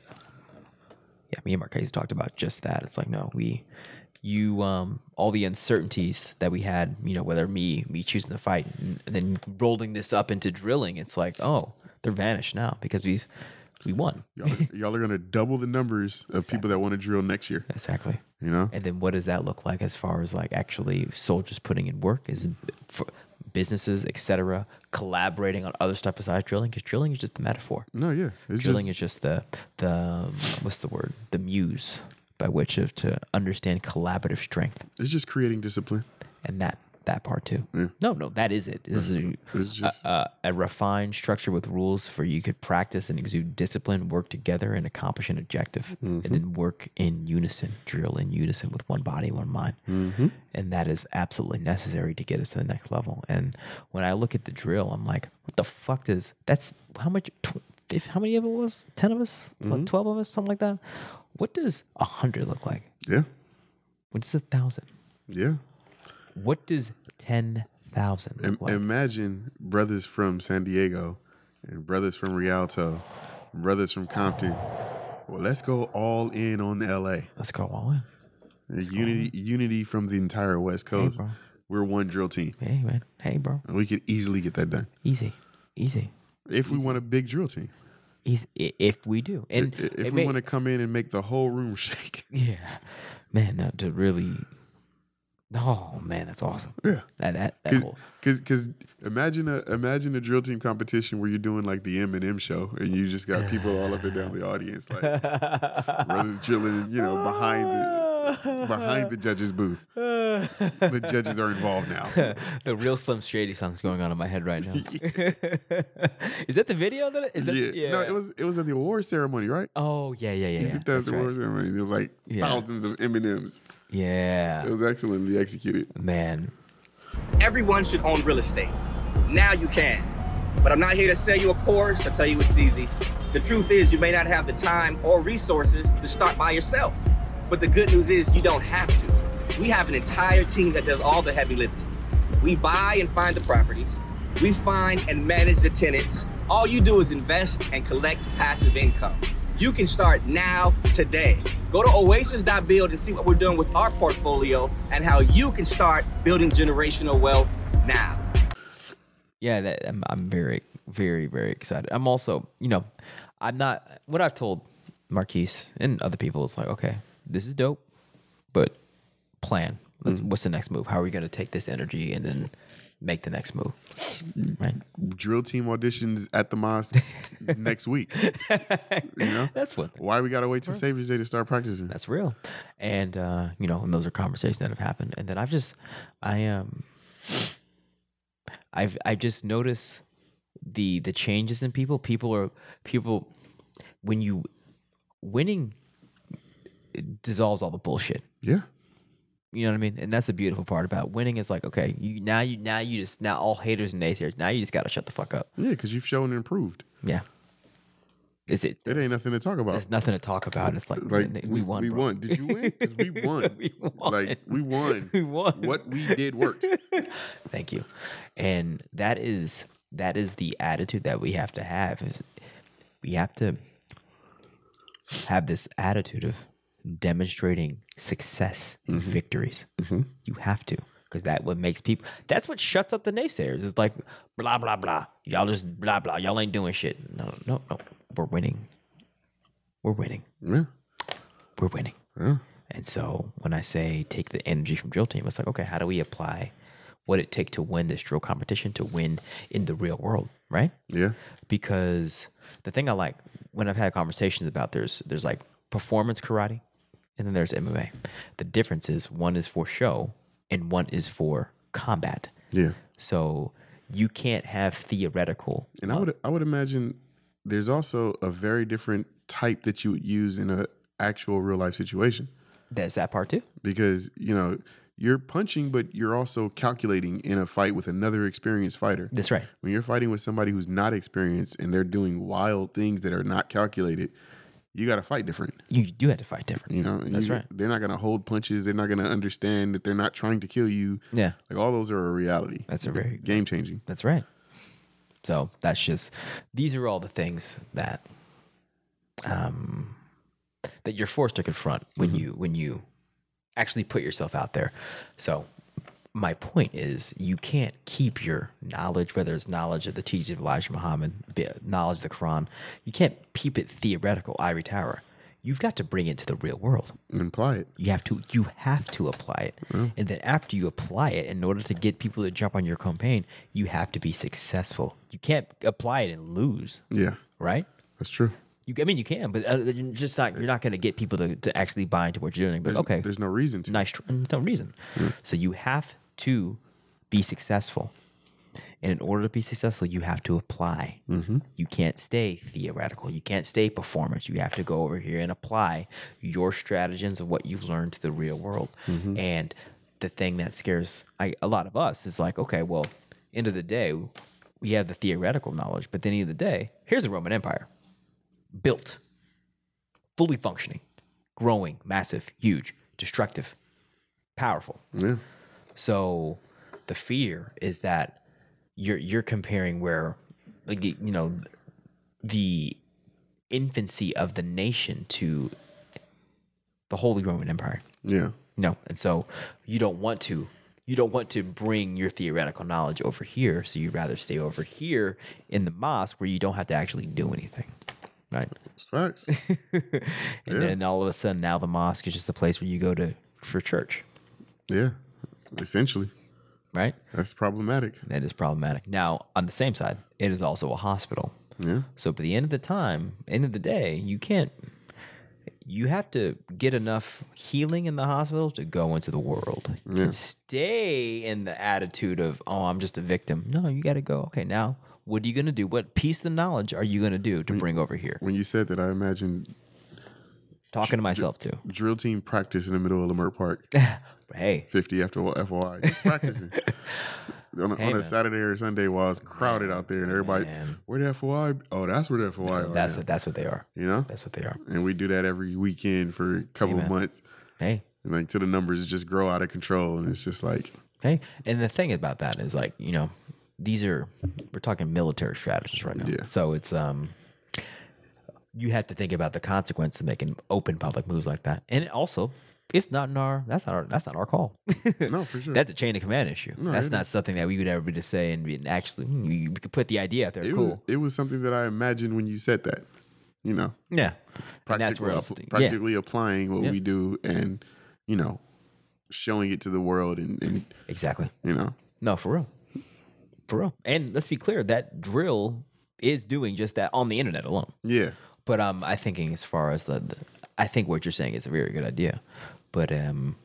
S1: yeah, me and Marquez talked about just that. It's like, no, Uh, we, you, um, all the uncertainties that we had, you know, whether me, me choosing to fight and, and then rolling this up into drilling, it's like, oh, they're vanished now because we've, we won. *laughs*
S2: Y'all, are- y'all are gonna double the numbers of people that want to drill next year.
S1: Exactly.
S2: You know?
S1: And then what does that look like as far as like actually soldiers putting in work is for businesses, etc., collaborating on other stuff besides drilling? Because drilling is just the metaphor.
S2: No, yeah, it's
S1: drilling
S2: just
S1: is just the the um, what's the word the muse by which of to understand collaborative strength
S2: it's just creating discipline.
S1: and that
S3: that part too. No, no, that is it. This is a,
S2: It's just
S3: uh, a refined structure with rules for you could practice and exude discipline, work together, and accomplish an objective, and then work in unison, drill in unison with one body, one mind, and that is absolutely necessary to get us to the next level. And when I look at the drill, I'm like, what the fuck does that's how much? Tw- if, how many of it was? Ten of us? Like Twelve of us? Something like that. What does a hundred look like?
S2: yeah,
S3: What does a thousand?
S2: yeah.
S3: What does ten thousand
S2: Im-
S3: look like?
S2: imagine brothers from San Diego and brothers from Rialto, brothers from Compton. Well, let's go all in on LA.
S3: Let's go all in.
S2: unity, unity from the entire West Coast.
S3: bro.
S2: We're one drill team.
S3: Hey man. Hey bro.
S2: We could easily get that done
S3: Easy, easy,
S2: if we want a big drill team.
S3: easy. I- If we do, and
S2: I- If
S3: it
S2: we
S3: may-
S2: want to come in and make the whole room *laughs* shake.
S3: yeah, man, no, to really, oh man, that's awesome.
S2: Yeah.
S3: that that, that whole,
S2: Because because imagine a imagine a drill team competition where you're doing like the M and M show and you just got people all up and down the audience like brothers drilling you know behind the behind the judges booth. The judges are involved
S3: *laughs*
S2: now.
S3: the real Slim Shady song's going on in my head
S2: *laughs*
S3: right now. is that the video that it- is that?
S2: Yeah. no, it was it was at the award ceremony, right?
S3: Oh yeah, yeah, yeah. yeah.
S2: It does
S3: that's
S2: the
S3: right.
S2: award ceremony. There was like thousands of M and M's.
S3: Yeah,
S2: It was excellently executed.
S3: man.
S4: Everyone should own real estate. Now you can. But I'm not here to sell you a course or tell you it's easy. The truth is, you may not have the time or resources to start by yourself. But the good news is, you don't have to. We have an entire team that does all the heavy lifting. We buy and find the properties, we find and manage the tenants. All you do is invest and collect passive income. You can start now, today. Go to oasis.build and see what we're doing with our portfolio and how you can start building generational wealth now.
S3: yeah, that, I'm, I'm very, very, very excited. I'm also, you know, I'm not what I've told Marquise and other people is like, okay, this is dope, but plan.
S2: Mm.
S3: Let's, What's the next move? How are we going to take this energy and then make the next move? Right.
S2: Drill team auditions at the
S3: *laughs*
S2: mosque next week. You know
S3: That's what.
S2: why we gotta wait till Savior's Day to start practicing.
S3: That's real. And uh, you know, and those are conversations that have happened. And then I've just I um I've I've just noticed the the changes in people. People are people when you winning it dissolves all the bullshit.
S2: yeah.
S3: You know what I mean? And that's the beautiful part about winning is like, okay, you now you now you just now all haters and naysayers, now you just gotta shut the fuck up.
S2: Yeah, because you've shown and improved.
S3: Yeah. Is it
S2: It ain't nothing to talk about.
S3: there's nothing to talk about. It's like,
S2: Like
S3: we won.
S2: We
S3: bro.
S2: won. Did you win? 'Cause
S3: *laughs*
S2: we won.
S3: We won.
S2: Like we won.
S3: We won.
S2: What we did
S3: *laughs*
S2: worked.
S3: Thank you. And that is that is the attitude that we have to have. is We have to have this attitude of demonstrating success and victories. You have to. Because that what makes people that's what shuts up the naysayers. It's like blah blah blah. Y'all just blah blah. Y'all ain't doing shit. No, no, no. We're winning. We're winning
S2: yeah.
S3: we're winning. And so when I say take the energy from drill team, it's like, okay, how do we apply what it take to win this drill competition to win in the real world, right?
S2: Yeah.
S3: Because the thing I like when I've had conversations about there's there's like performance karate and then there's MMA. The difference is one is for show and one is for combat.
S2: Yeah.
S3: So you can't have theoretical
S2: And I would I would imagine there's also a very different type that you would use in a actual real life situation.
S3: there's that part too.
S2: Because, you know, you're punching, but you're also calculating in a fight with another experienced fighter.
S3: That's right.
S2: when you're fighting with somebody who's not experienced and they're doing wild things that are not calculated, you got to fight different.
S3: You do have to fight different.
S2: You know, And
S3: That's
S2: you-
S3: right.
S2: They're not going to hold punches. They're not going to understand that they're not trying to kill you.
S3: Yeah.
S2: like all those are a reality.
S3: That's a very
S2: game changing.
S3: That's right. So that's just these are all the things that um that you're forced to confront when you when you actually put yourself out there. So my point is you can't keep your knowledge, whether it's knowledge of the teachings of Elijah Muhammad, be it knowledge of the Quran, you can't keep it theoretical, ivory tower. You've got to bring it to the real world.
S2: Imply it.
S3: You have to you have to apply it. And then after you apply it, in order to get people to jump on your campaign, you have to be successful. You can't apply it and lose,
S2: Yeah,
S3: right?
S2: that's true.
S3: You, I mean, you can, but uh, you're just not. You're not going to get people to, to actually buy into what you're doing. But
S2: There's,
S3: okay,
S2: there's no reason to.
S3: nice tr- no reason. So you have to
S1: be successful. And in order to be successful, you have to apply. You can't stay theoretical. You can't stay performance. You have to go over here and apply your stratagems of what you've learned to the real world. And the thing that scares I, a lot of us is like, okay, well, end of the day, we have the theoretical knowledge, but at the end of the day, here's the Roman Empire built, fully functioning, growing, massive, huge, destructive, powerful. So the fear is that you're you're comparing where like you know the infancy of the nation to the Holy Roman Empire.
S2: Yeah.
S1: No. And so you don't want to you don't want to bring your theoretical knowledge over here, so you'd rather *laughs* stay over here in the mosque where you don't have to actually do anything. Right.
S2: It's
S3: *laughs*
S2: facts.
S1: And then all of a sudden now the mosque is just a place where you go to for church.
S2: yeah. Essentially,
S1: Right?
S2: that's problematic.
S1: That is problematic. Now, on the same side, it is also a hospital. Yeah. So, by the end of the time, end of the day, you can't. You have to get enough healing in the hospital to go into the world. You can stay in the attitude of, oh, I'm just a victim. No, you got to go. Okay, now what are you going to do? What piece of knowledge are you going to do to bring over here?
S2: When you said that, I imagined
S1: Talking to myself too.
S2: drill team practice in the middle of Lemert Park,
S3: *laughs*
S1: Hey,
S2: 50 after FOI, just practicing. On a, on a Saturday or Sunday while it's crowded out there and everybody, where the FOI? Oh, that's where the FOI are.
S1: that's
S2: now,"
S1: what that's what they are.
S2: you know?
S1: That's what they are.
S2: And we do that every weekend for a couple of months.
S1: Hey,
S2: And like till the numbers just grow out of control. And it's just like,
S1: Hey, and the thing about that is like, you know, these are we're talking military strategies right now.
S2: Yeah.
S1: So it's um you have to think about the consequence of making open public moves like that. And it also it's not in our that's not our that's not our call.
S2: *laughs* no, for sure.
S1: that's a chain of command
S2: *laughs*
S1: issue. that's
S2: it
S1: not something that we would ever be to say and, be, and actually hmm, we we could put the idea out there.
S2: it
S1: cool.
S2: was it was something that I imagined when you said that. You know,
S1: yeah. And that's where
S2: practically,
S1: it's,
S2: app-
S1: yeah.
S2: practically applying what we do and, you know, showing it to the world and, and
S1: Exactly.
S2: you know,
S1: No, for real. For real. And let's be clear, that drill is doing just that on the internet alone.
S2: yeah.
S1: But um, I thinking as far as the, the, I think what you're saying is a very good idea, but um,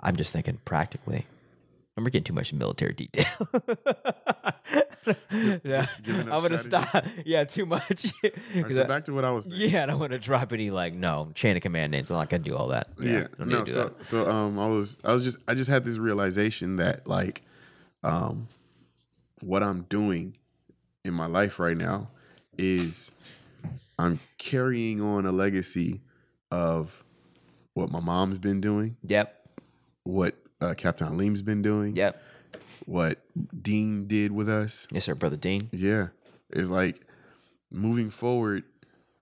S1: I'm just thinking practically. And we're getting too much military detail. *laughs* yeah, I'm
S2: giving up
S1: gonna
S2: strategies.
S1: stop. *laughs* Yeah, too much. 'Cause
S2: So
S1: I-
S2: back to what I was saying.
S1: yeah, I don't want to drop any like no chain of command names. I'm not gonna do all that. Yeah,
S2: yeah.
S1: don't need
S2: No,
S1: to do
S2: so
S1: that.
S2: so um I was I was just I just had this realization that like um what I'm doing in my life right now is I'm carrying on a legacy of what my mom's been doing,
S1: Yep,
S2: what uh, Captain Aleem's been doing,
S1: yep.
S2: what Dean did with us.
S1: *laughs* Yes, sir, brother Dean.
S2: Yeah. It's like moving forward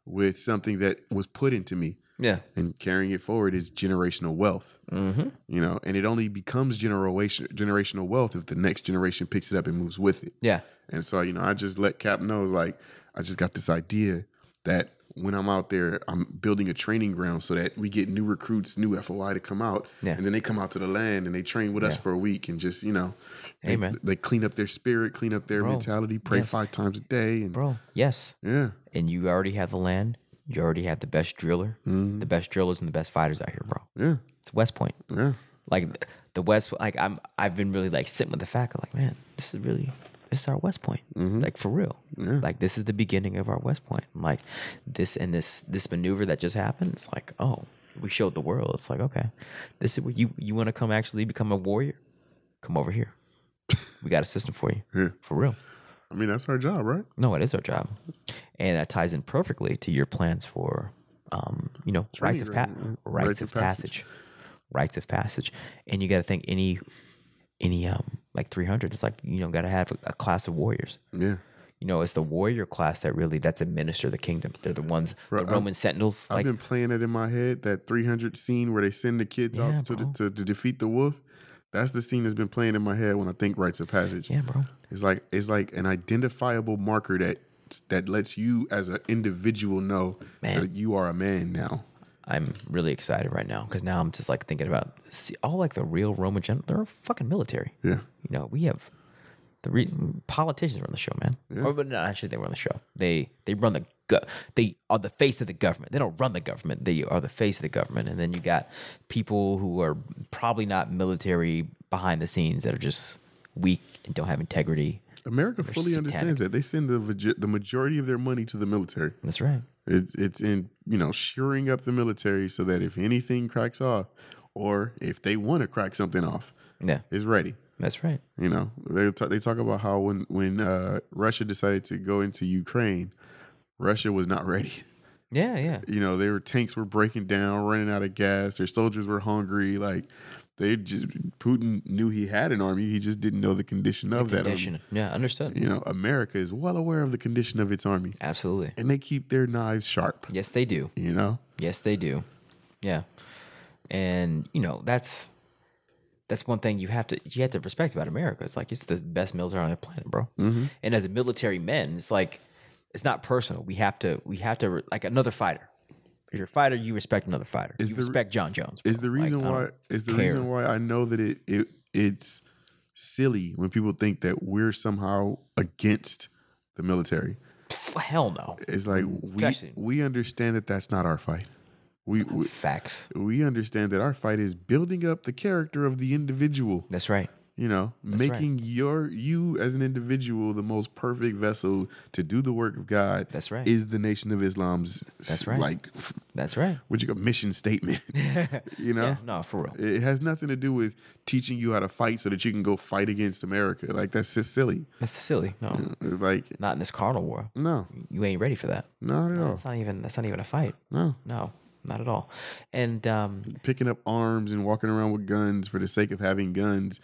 S2: with something that was put into me
S1: Yeah,
S2: and carrying it forward is generational wealth. Mm-hmm. You know, and it only becomes generation generational wealth if the next generation picks it up and moves with it.
S1: yeah,
S2: And so, you know, I just let Cap know, it's like, I just got this idea that when I'm out there, I'm building a training ground so that we get new recruits, new FOI to come out.
S1: Yeah.
S2: And then they come out to the land and they train with us for a week and just, you know, they,
S1: Amen.
S2: they clean up their spirit, clean up their mentality, pray five times a day. And
S1: bro. Oh, Yes,
S2: yeah,
S1: and you already have the land. You already have the best driller, the best drillers, and the best fighters out here, bro.
S2: Mm-hmm. yeah,
S1: It's West Point.
S2: yeah.
S1: like th- the West. Like I'm, I've been really like sitting with the fact, of, like man, this is really this is our West Point,
S2: Mm-hmm.
S1: like for real.
S3: Mm-hmm.
S1: Like this is the beginning of our West Point. I'm like this and this this maneuver that just happened. It's like oh, we showed the world. It's like okay, this is where you you want to come actually become a warrior. Come over here. we got a system for you,
S2: Yeah.
S1: for real.
S2: I mean, that's our job, right?
S1: No, it is our job, and that ties in perfectly to your plans for, um, you know, rites of, pa-
S2: ground, uh,
S1: rites of passage, rites of passage, and you got to think any, any um like three hundred. It's like you know got to have a, a class of warriors.
S2: Yeah.
S1: You know, it's the warrior class that really that's administer the kingdom. They're the ones, the
S2: I've-
S1: Roman sentinels.
S2: I've
S1: Like
S2: been playing it in my head that 300 scene where they send the kids
S1: Yeah,
S2: out to,
S1: bro.
S2: the, to to defeat the wolf. That's the scene that's been playing in my head when I think rites of passage.
S1: yeah, bro.
S2: It's like it's like an identifiable marker that that lets you as an individual know that you are a man now.
S1: I'm really excited right now because now I'm just like thinking about see, all like the real Roman general. They're fucking military.
S2: Yeah.
S1: You know, we have the re- politicians run the show, man. Or, but no, actually, they run the show. They they run the go- they are the face of the government. They don't run the government. They are the face of the government. And then you got people who are probably not military behind the scenes that are just weak and don't have integrity.
S2: America fully
S1: satanic.
S2: understands that. They send the vagi- the majority of their money to the military.
S1: That's right.
S2: It's it's in you know shoring up the military so that if anything cracks off, or if they want to crack something off,
S1: Yeah,
S2: it's ready.
S1: that's right.
S2: You know they ta- they talk about how when when uh, Russia decided to go into Ukraine, Russia was not ready. *laughs*
S1: Yeah, yeah.
S2: You know their tanks were breaking down, running out of gas. Their soldiers were hungry. Like they just Putin knew he had an army. He just didn't know the condition of that army.
S1: Condition. Yeah, understood.
S2: You know America is well aware of the condition of its army,
S1: Absolutely.
S2: and they keep their knives sharp.
S1: Yes, they do.
S2: You know.
S1: Yes, they do. Yeah, and you know that's that's one thing you have to you have to respect about America. It's like it's the best military on the planet, bro.
S2: Mm-hmm.
S1: And as a military men, it's like it's not personal. We have to we have to like another fighter. If you're a fighter, you respect another fighter.
S2: Is
S1: you
S2: the-
S1: respect John Jones.
S2: is
S1: bro.
S2: the
S1: Like,
S2: reason
S1: I
S2: why
S1: don't
S2: is the
S1: care.
S2: reason why I know that it, it it's silly when people think that we're somehow against the military.
S1: Pff, hell no.
S2: It's like we
S1: Fascinating.
S2: we understand that that's not our fight. We, we
S1: Facts.
S2: we understand that our fight is building up the character of the individual.
S1: That's right.
S2: You know,
S1: right.
S2: making your you as an individual the most perfect vessel to do the work of God.
S1: That's right.
S2: Is the Nation of Islam's that's
S1: right.
S2: like
S1: That's right.
S2: what you call mission statement? you
S1: *laughs*
S2: know,
S1: Yeah, no, for real.
S2: It has nothing to do with teaching you how to fight so that you can go fight against America. Like that's just silly.
S1: That's silly. No,
S2: Like
S1: not in this carnal war.
S2: no,
S1: You ain't ready for that.
S2: not at all.
S1: That's not even. That's not even a fight.
S2: No,
S1: No, not at all. And um,
S2: picking up arms and walking around with guns for the sake of having guns.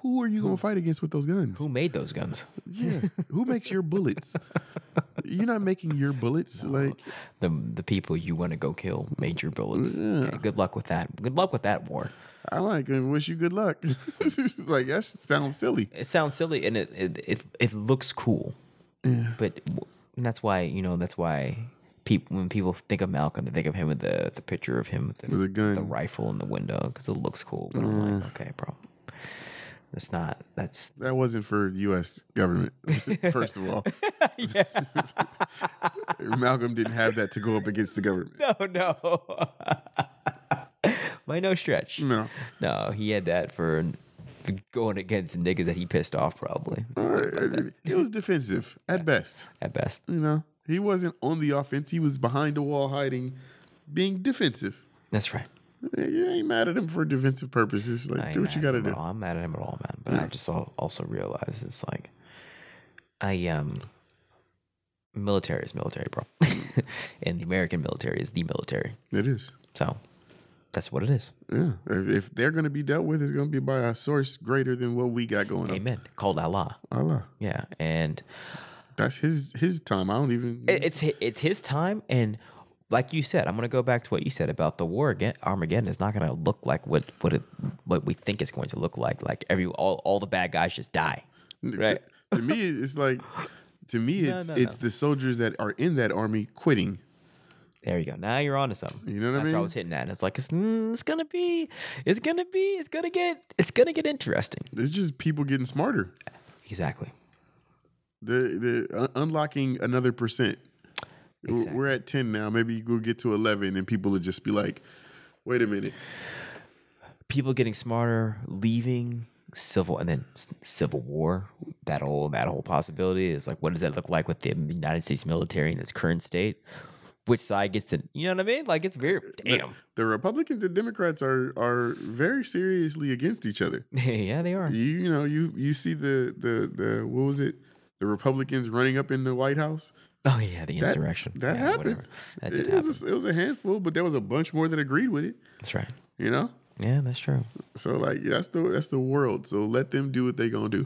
S2: Who are you gonna fight against with those guns?
S1: who made those guns?
S2: Yeah, who makes
S1: *laughs*
S2: your bullets? You're not making your bullets. Like
S1: The the people you want to go kill made your bullets. Okay, good luck with that. Good luck with that war.
S2: I like and wish you good luck. *laughs* like that sounds silly.
S1: It sounds silly and it it it, it looks cool, but w- and that's why you know that's why people when people think of Malcolm they think of him with the the picture of him with the,
S2: With a gun. Uh.
S1: the rifle in the window because it looks cool. But I'm like, okay, bro, that's not that's *laughs*
S2: That wasn't for U.S. government, *laughs* first of all. *laughs* Malcolm didn't have that to go up against the government.
S1: oh, no *laughs* no. My no stretch.
S2: No.
S1: No, he had that for going against niggas that he pissed off, probably
S2: It was defensive at best.
S1: at best.
S2: You know, he wasn't on the offense. He was behind the wall hiding, being defensive.
S1: That's right.
S2: You ain't mad at him for defensive purposes.
S1: I
S2: Like,
S1: ain't
S2: do what you
S1: mad at
S2: got to
S1: him at
S2: do.
S1: all. I'm mad at him at all, man. But I just al- also realize it's like I um military is military, bro, *laughs* and the American military is the military.
S2: It is.
S1: So that's what it is.
S2: Yeah. If, if they're going to be dealt with, it's going to be by a source greater than what we got going on.
S1: Amen. Called Allah.
S2: Allah.
S1: Yeah, and
S2: That's his his time. I don't even.
S1: it, it's hi- it's his time and like you said i'm going to go back to what you said about the war again armageddon is not going to look like what what it what we think it's going to look like like every all, all the bad guys just die
S2: To-
S1: right.
S2: To, me, it's like. To me, it's
S1: no,
S2: it's
S1: no.
S2: the soldiers that are in that army quitting.
S1: there you go now you're on to something
S2: You know what
S1: that's
S2: I
S1: where
S2: mean?
S1: i was hitting at it's like it's, mm, it's going to be it's going to be it's going to get it's going to get interesting
S2: It's just people getting smarter.
S1: exactly
S2: the the un- unlocking another percent. We're-
S1: Exactly.
S2: We're at ten now. Maybe you go get to eleven, and people will just be like, "Wait a minute,
S1: people getting smarter leaving civil and then s- civil war that whole that whole possibility is like what does that look like with the united states military in its current state which side gets to you know what i mean like it's weird damn
S2: the Republicans and Democrats are are very seriously against each other."
S1: *laughs* yeah they are
S2: You you know you you see the the the what was it? The Republicans running up in the White House.
S1: oh yeah the
S2: That-
S1: insurrection
S2: That
S1: Yeah,
S2: happened.
S1: whatever. that did
S2: it was
S1: happen
S2: A, it was a handful, but there was a bunch more that agreed with it.
S1: that's right
S2: You know.
S1: yeah that's true
S2: So like that's the that's the world. So let them do what they gonna do.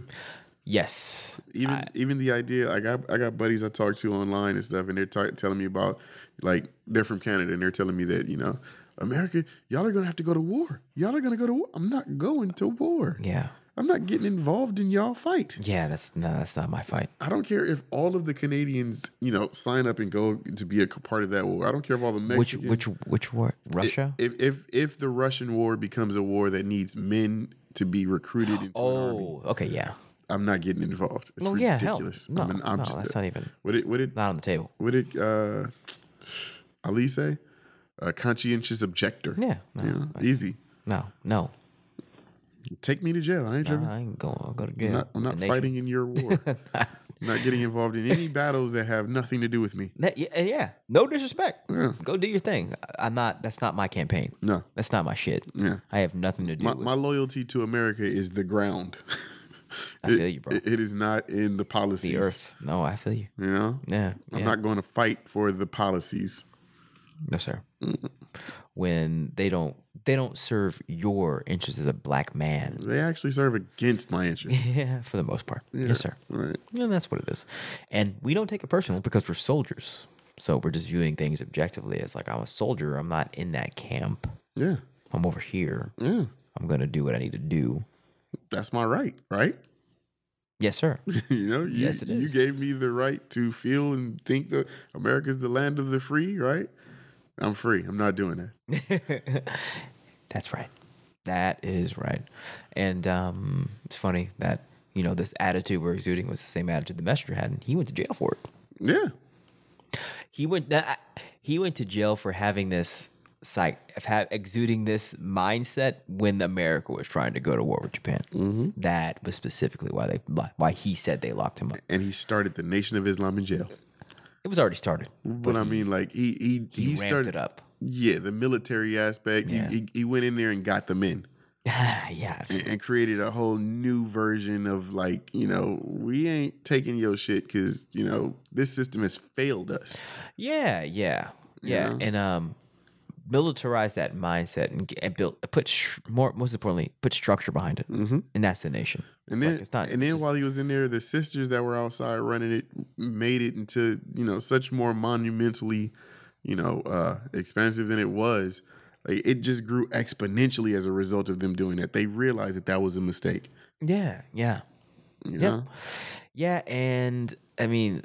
S1: yes
S2: even even the idea like I, I got buddies I talk to online and stuff and they're t- telling me about like they're from Canada and they're telling me that you know America y'all are gonna have to go to war y'all are gonna go to war I'm not going to war
S1: yeah
S2: I'm not getting involved in y'all fight
S1: yeah that's no that's not my fight
S2: I don't care if all of the Canadians you know sign up and go to be a c- part of that war I don't care if all the
S1: which
S2: Mexicans
S1: which which war russia
S2: if if if the Russian war becomes a war that needs men to be recruited into an army
S1: oh okay yeah
S2: I'm not getting involved it's
S1: Oh yeah hell no,
S2: ridiculous I'm an- I'm
S1: no
S2: uh, just-
S1: that's not even
S2: what it what it
S1: not on the table
S2: what did uh, Ali say? A conscientious objector.
S1: yeah no
S2: You know, easy.
S1: no no
S2: Take me to jail. I ain't
S1: Nah,
S2: tripping.
S1: I ain't going. I'll go to
S2: I'm
S1: jail.
S2: not, I'm
S1: The
S2: not
S1: nation-
S2: fighting in
S1: *laughs*
S2: your war. I'm not getting involved in any battles that have nothing to do with me.
S1: That- yeah, yeah. No disrespect.
S2: Yeah.
S1: Go do your thing. I- I'm not. That's not my campaign.
S2: No.
S1: That's not my shit.
S2: Yeah.
S1: I have nothing to do
S2: My,
S1: with.
S2: my loyalty to America is the ground.
S1: I feel you, bro.
S2: *laughs* It- it is not in the policies.
S1: the earth. No, I feel you.
S2: You know?
S1: Yeah.
S2: I'm
S1: yeah.
S2: not going to fight for the policies.
S1: No, sir. When they don't, they don't serve your interests as a black man.
S2: They actually serve against
S1: *laughs*
S2: my interests.
S1: Yeah, for the most part. Yes, sir.
S2: right.
S1: And that's what it is. And we don't take it personal because we're soldiers. So we're just viewing things objectively as like I'm a soldier. I'm not in that camp.
S2: Yeah.
S1: I'm over here.
S2: Yeah.
S1: I'm gonna do what I need to do.
S2: That's my right, right? *laughs*
S1: Yes, sir.
S2: you know, you,
S1: Yes, it
S2: you
S1: is.
S2: gave me the right to feel and think that America's the land of the free, right? I'm free. I'm not doing that.
S1: That's right. That is right. And um, it's funny that you know this attitude we're exuding was the same attitude the messenger had, and he went to jail for it.
S2: Yeah.
S1: He went. that- He went to jail for having this psych, of ha- exuding this mindset when America was trying to go to war with Japan. That was specifically why they, why he said they locked him up.
S2: And he started the Nation of Islam in jail.
S1: It was already started.
S2: But, I mean, like he he he,
S1: He, ramped
S2: started
S1: it up.
S2: Yeah, the military aspect. He-
S1: Yeah.
S2: He, he went in there and got them in
S1: yeah,
S2: and, and created a whole new version of like you know we ain't taking your shit because you know this system has failed us.
S1: Yeah, yeah, yeah, and um, militarize that mindset and, get- and build, put sh- more, most importantly, put structure behind it, mm-hmm. and that's the nation.
S2: And
S1: It's like,
S2: then,
S1: it's not,
S2: and then
S1: just-
S2: while he was in there, the sisters that were outside running it made it into you know such more monumentally, you know, uh, expensive than it was. Like it just grew exponentially as a result of them doing that. They realized that that was a mistake.
S1: yeah, yeah, yeah,
S2: You know,
S1: yeah, and I mean,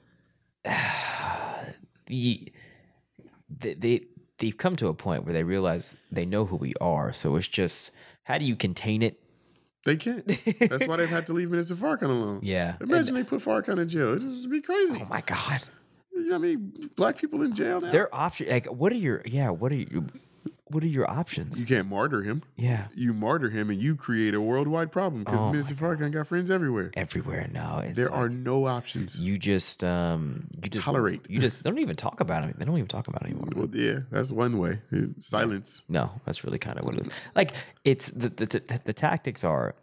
S1: *sighs* ye- they, they they've come to a point where they realize they know who we are, so it's just how do you contain it?
S2: they can't. That's why they've had to leave Minister Farrakhan alone.
S1: *laughs* Yeah.
S2: Imagine they put Farrakhan in jail. It'd just be crazy.
S1: Oh my God,
S2: You know what I mean? Black people in jail now.
S1: their option, like, what are your, yeah, what are you, what are your options?
S2: you can't martyr him.
S1: Yeah.
S2: You martyr him and you create a worldwide problem
S1: Oh
S2: because Minister Farrakhan got friends everywhere.
S1: Everywhere now, it's
S2: There
S1: like-
S2: are no options.
S1: you just um you just
S2: Tolerate.
S1: You just they don't even talk about it. They don't even talk about it anymore.
S2: Well, yeah, that's one way. Uh, Silence.
S1: No, that's really kind of what it is. Like it's the the, the, the tactics are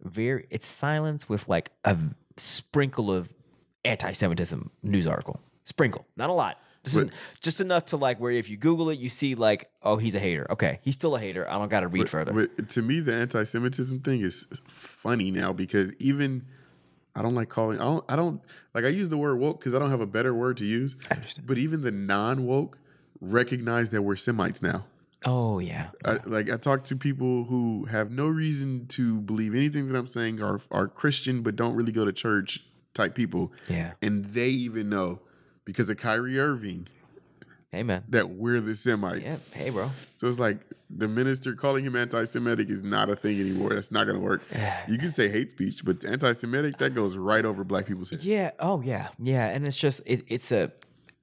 S1: very it's silence with like a sprinkle of anti-Semitism news article. Sprinkle, not a lot. Just,
S2: But-
S1: just enough to like where if you Google it, you see like, oh, he's a hater. Okay, he's still a hater. I don't got to read further.
S2: But to me, the anti-Semitism thing is funny now because even I don't like calling. I don't. I don't like. I use the word woke because I don't have a better word to use. I
S1: understand.
S2: But even the non woke recognize that we're Semites now.
S1: oh yeah,
S2: I, like I talk to people who have no reason to believe anything that I'm saying are are Christian but don't really go to church type people.
S1: Yeah.
S2: And they even know because of Kyrie Irving
S1: hey man,
S2: that we're the Semites.
S1: yeah, hey bro,
S2: So it's like the minister calling him anti-Semitic is not a thing anymore. That's not
S1: *sighs*
S2: gonna work. You can say hate speech, but anti-Semitic that goes right over black people's heads.
S1: Yeah. Oh, yeah. Yeah. And it's just it, it's a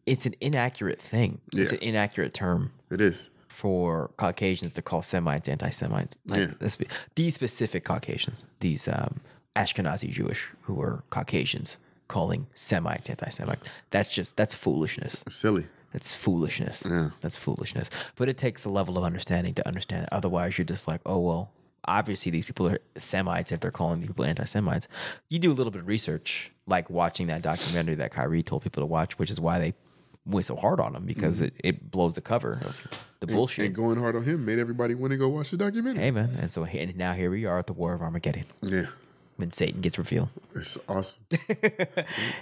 S1: it's an inaccurate thing. It's
S2: Yeah.
S1: an inaccurate term
S2: It is.
S1: for Caucasians to call Semites anti-Semites. Like
S2: Yeah.
S1: this, these specific Caucasians, these um, Ashkenazi Jewish who are Caucasians, calling Semites anti-Semites. That's just that's foolishness.
S2: Silly.
S1: That's foolishness. That's foolishness. But it takes a level of understanding to understand it. Otherwise, you're just like, oh, well, obviously these people are Semites if they're calling people anti Semites. You do a little bit of research, like watching that documentary that Kyrie told people to watch, which is why they went so hard on them because it, it blows the cover of the bullshit.
S2: And going hard on him made everybody want to go watch the documentary.
S1: hey, man. And so and now here we are at the War of Armageddon
S2: Yeah.
S1: when Satan gets revealed.
S2: It's awesome.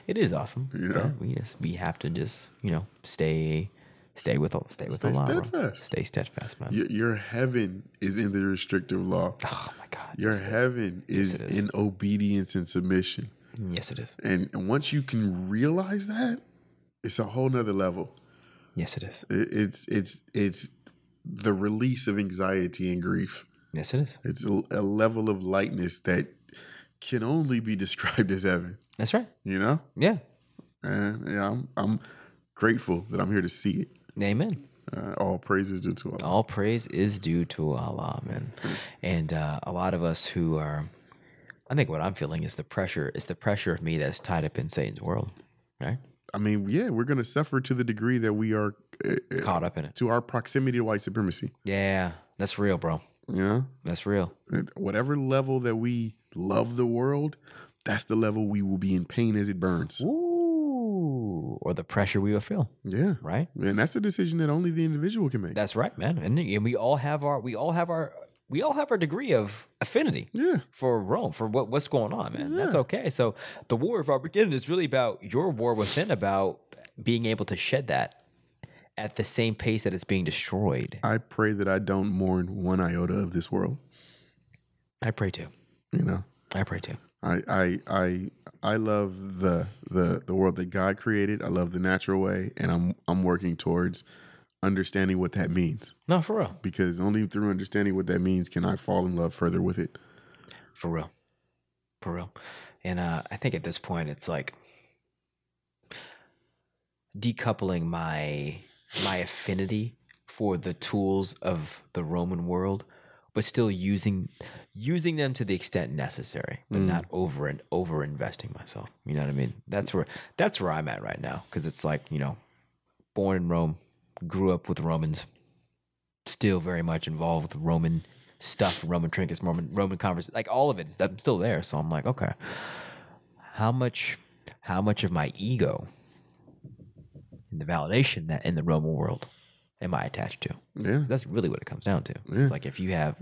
S1: It is awesome.
S2: Yeah.
S1: we just we have to just you know stay stay with stay with
S2: Stay
S1: Allah. bro.
S2: steadfast.
S1: Stay steadfast, man.
S2: your, your heaven is in the restrictive law.
S1: Oh my God.
S2: Your
S1: yes, it is.
S2: heaven is,
S1: it is.
S2: in obedience and submission.
S1: Yes, it is.
S2: And, and once you can realize that, it's a whole nother level.
S1: Yes, it is.
S2: It- It's it's it's the release of anxiety and grief.
S1: Yes, it is.
S2: It's a, a level of lightness that can only be *laughs* described as heaven.
S1: That's right.
S2: You know,
S1: Yeah.
S2: and yeah, I'm I'm grateful that I'm here to see it.
S1: Amen.
S2: Uh, all praises due to Allah.
S1: All praise is due to Allah, man. And uh, a lot of us who are, I think what I'm feeling is the pressure. It's the pressure of me that's tied up in Satan's world, right?
S2: I mean, yeah, we're going to suffer to the degree that we are uh, uh,
S1: Caught up in it.
S2: to our proximity to white supremacy.
S1: Yeah, that's real, bro.
S2: Yeah.
S1: That's real.
S2: At whatever level that we love the world, that's the level we will be in pain as it burns.
S1: Ooh, or the pressure we will feel,
S2: Yeah.
S1: right?
S2: And that's a decision that only the individual can make.
S1: That's right, man. And, and we all have our, we all have our, we all have our degree of affinity.
S2: yeah.
S1: for Rome, for what, what's going on, man. That's okay. So the war of Armageddon is really about your war within, about being able to shed that at the same pace that it's being destroyed.
S2: I pray that I don't mourn one iota of this world.
S1: I pray to.
S2: You know,
S1: I pray to.
S2: I I I I love the the the world that God created. I love the natural way, and I'm I'm working towards understanding what that means
S1: No, for real.
S2: because only through understanding what that means can I fall in love further with it.
S1: For real. For real. And uh, I think at this point, it's like decoupling my my affinity for the tools of the Roman world, but still using using them to the extent necessary, but not over and over investing myself. You know what I mean? That's where that's where I'm at right now. Cause it's like, you know, born in Rome, grew up with Romans, still very much involved with Roman stuff, Roman trinkets, Roman Roman conversations, like all of it. I'm still there, so I'm like, okay, how much, how much of my ego, and the validation that in the Roman world, am I attached to?
S2: Yeah,
S1: That's really what it comes down to. It's like if you have,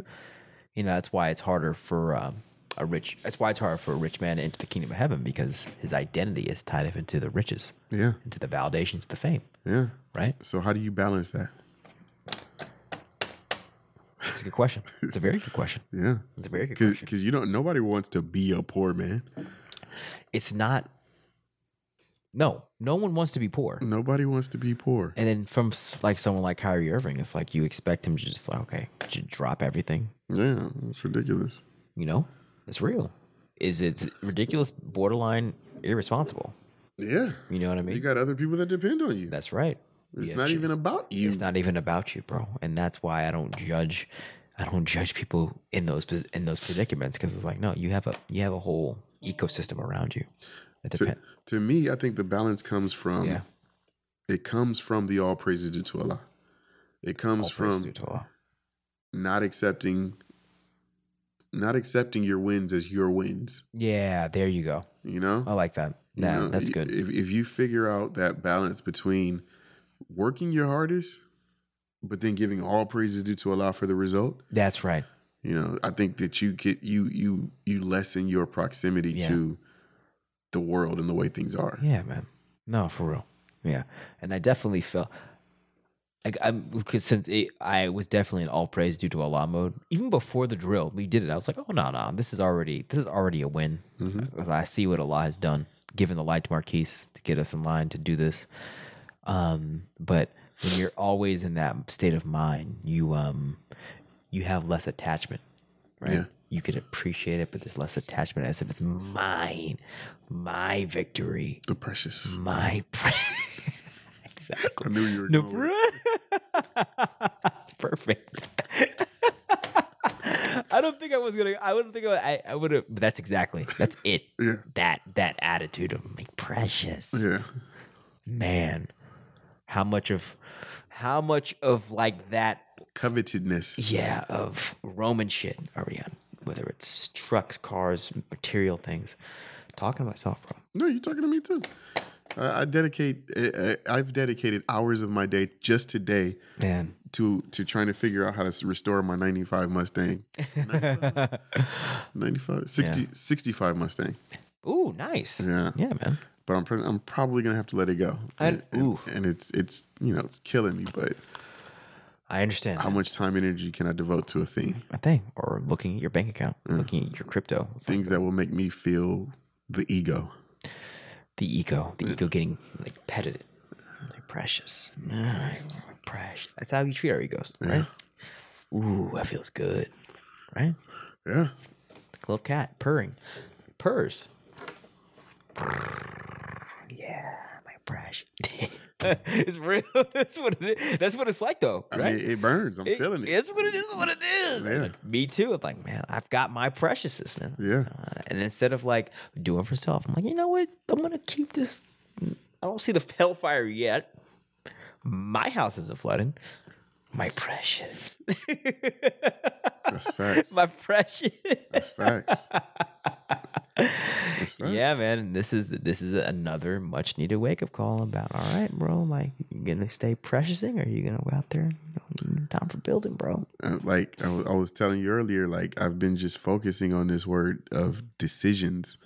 S1: you know, that's why it's harder for um, a rich. That's why it's harder for a rich man to enter the kingdom of heaven because his identity is tied up into the riches,
S2: yeah,
S1: into the validation, to the fame,
S2: yeah.
S1: right?
S2: So how do you balance that?
S1: It's a good question. It's a very good question.
S2: Yeah,
S1: It's a very good question.
S2: because you don't. Nobody wants to be a poor man.
S1: it's not no no one wants to be poor
S2: Nobody wants to be poor.
S1: and then from s- like someone like Kyrie Irving it's like you expect him to just like okay j- drop everything
S2: Yeah, it's ridiculous.
S1: you know it's real is it's ridiculous borderline irresponsible
S2: Yeah,
S1: you know what I
S2: you
S1: mean
S2: got other people that depend on you.
S1: that's right
S2: It's
S1: Yeah,
S2: not
S1: ch-
S2: even about you.
S1: it's not even about you bro and that's why I don't judge I don't judge people in those pos- in those predicaments because it's like no you have a you have a whole ecosystem around you it
S2: to,
S1: depends
S2: to me, I think the balance comes from
S1: Yeah.
S2: it comes from the all praises due to Allah. It comes from not accepting not accepting your wins as your wins.
S1: yeah there you go
S2: You know?
S1: I like that
S2: You
S1: yeah
S2: know,
S1: that's
S2: i-
S1: good
S2: If if you figure out that balance between working your hardest, but then giving all praises due to Allah for the result,
S1: That's right.
S2: you know, I think that you get you you you lessen your proximity
S1: Yeah.
S2: to the world and the way things are.
S1: Yeah, man. No, for real. Yeah, and I definitely felt like I'm because since it, I was definitely in all praise due to Allah mode. Even before the drill, we did it. I was like, oh no, no, this is already this is already a win because I see what Allah has done, giving the light to Marquise to get us in line to do this. Um, but when you're always in that state of mind, you um, you have less attachment, right?
S2: Yeah.
S1: You could appreciate it, but there's less attachment as if it's mine, my victory,
S2: The precious.
S1: my *laughs* pre- exactly.
S2: I knew you were
S1: No,
S2: going with-
S1: *laughs* Perfect. *laughs* I don't think I was gonna. I wouldn't think I. I, I would have. But that's exactly. That's it.
S2: Yeah.
S1: That that attitude of like precious
S2: Yeah.
S1: man. How much of, how much of like that?
S2: Covetedness.
S1: Yeah, of Roman shit are we on? Whether it's trucks, cars, material things. Talking to myself, bro.
S2: No, you're talking to me too. I, I dedicate. I, I- I've dedicated hours of my day just today
S1: Man,
S2: to to trying to figure out how to s- restore my 95 Mustang.
S3: *laughs*
S2: 95, 60, 65 Mustang.
S1: ooh, nice.
S2: Yeah.
S1: yeah, man.
S2: But I'm pre- I'm probably gonna have to let it go. And, and-
S1: ooh.
S2: and it's it's you know it's killing me. But
S1: I understand.
S2: how much time and energy can I devote to a thing?
S1: a thing or looking at your bank account,
S3: Mm.
S1: looking at your crypto, It's like
S2: Things that will make me feel the ego.
S1: the ego,
S3: Mm.
S1: the ego getting like petted, like precious, Ah,
S3: Mm.
S1: *sighs* precious. Mm. That's how you treat our egos, right? Ooh, that feels good, right?
S2: Yeah.
S1: Little cat purring, *sighs* purrs. Yeah, my precious.
S3: *laughs* it's real. *laughs* That's what it is. That's what it's like, though.
S2: I
S3: Right?
S2: mean, it burns. I'm
S3: It-
S2: feeling it.
S3: It's what it is. What it is.
S2: Yeah.
S3: Me too. I'm like, man, I've got my preciousness, man.
S2: Yeah.
S3: Uh, and instead of like doing for self, I'm like, you know what? I'm gonna keep this. I don't see the hellfire yet. My house isn't flooding. My precious. *laughs*
S2: That's facts.
S3: My precious.
S2: That's
S3: *laughs*
S2: facts. That's facts.
S3: Yeah, man. and This is this is another much needed wake up call about. All right, bro. Like, you gonna stay preciousing, or you gonna go out there? You know, time for building, bro.
S2: Uh, like I wa- I was telling you earlier, like I've been just focusing on this word of decisions.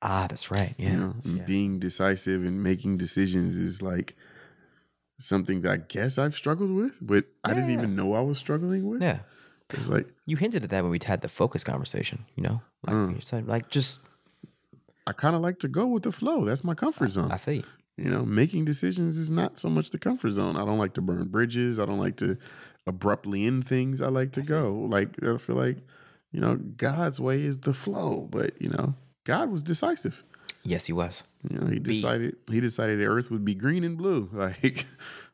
S3: Ah, that's right.
S2: You
S3: Yeah.
S2: know, and being decisive and making decisions is like something that I guess I've struggled with, but I didn't
S3: Yeah.
S2: even know I was struggling with.
S3: Yeah.
S2: It's like
S3: You hinted at that when we had the focus conversation. You know, like, you said, like just
S2: I kind of like to go with the flow. That's my comfort zone.
S3: I feel you.
S2: You know, making decisions is not so much the comfort zone. I don't like to burn bridges. I don't like to abruptly end things. I like to
S3: Mm-hmm.
S2: go. Like I feel like, you know, God's way is the flow, but you know, God was decisive.
S3: Yes, he was.
S2: You know, he decided he decided the earth would be green and blue. *laughs* Like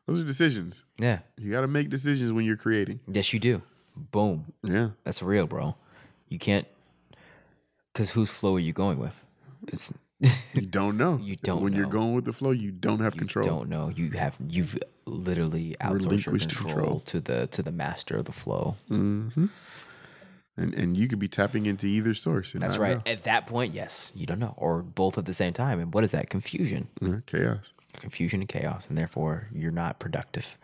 S2: those are decisions.
S3: Yeah.
S2: You got to make decisions when you're creating.
S3: Yes, you do. Boom.
S2: Yeah.
S3: That's real, bro. You can't. Because whose flow are you going with? It's
S2: You don't know.
S3: You don't
S2: When you're
S3: know.
S2: going with the flow, you don't have control.
S3: don't know. You have you've literally outsourced your
S2: Relinquished
S3: control,
S2: control.
S3: to the to the master of the flow.
S2: And and you could be tapping into either source. And
S3: That's
S2: not
S3: right.
S2: know.
S3: At that point, yes, you don't know, or both at the same time. And what is that? Confusion,
S2: Yeah, chaos.
S3: confusion, and chaos, and therefore you're not productive.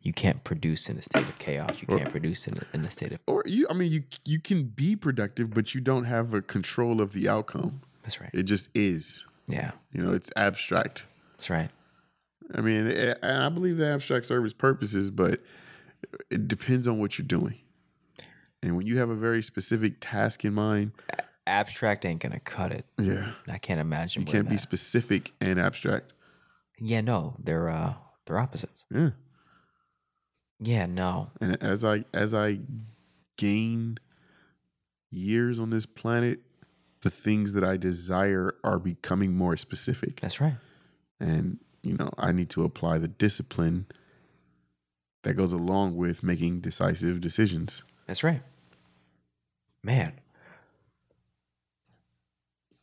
S3: You can't produce in a state of chaos. You can't produce in a, in a state of.
S2: Or you I mean you you can be productive, but you don't have a control of the outcome.
S3: That's right.
S2: It just is.
S3: Yeah,
S2: You know, it's abstract.
S3: that's right.
S2: I mean, a- and I believe the abstract serves purposes, but it depends on what you're doing. And when you have a very specific task in mind,
S3: Abstract ain't gonna cut it.
S2: yeah,
S3: I can't imagine.
S2: you can't be specific and abstract.
S3: Yeah, no, they're uh, they're opposites.
S2: Yeah.
S3: Yeah, no,
S2: and as i as i gain years on this planet the things that i desire are becoming more specific
S3: that's right.
S2: and you know i need to apply the discipline that goes along with making decisive decisions
S3: That's right. Man.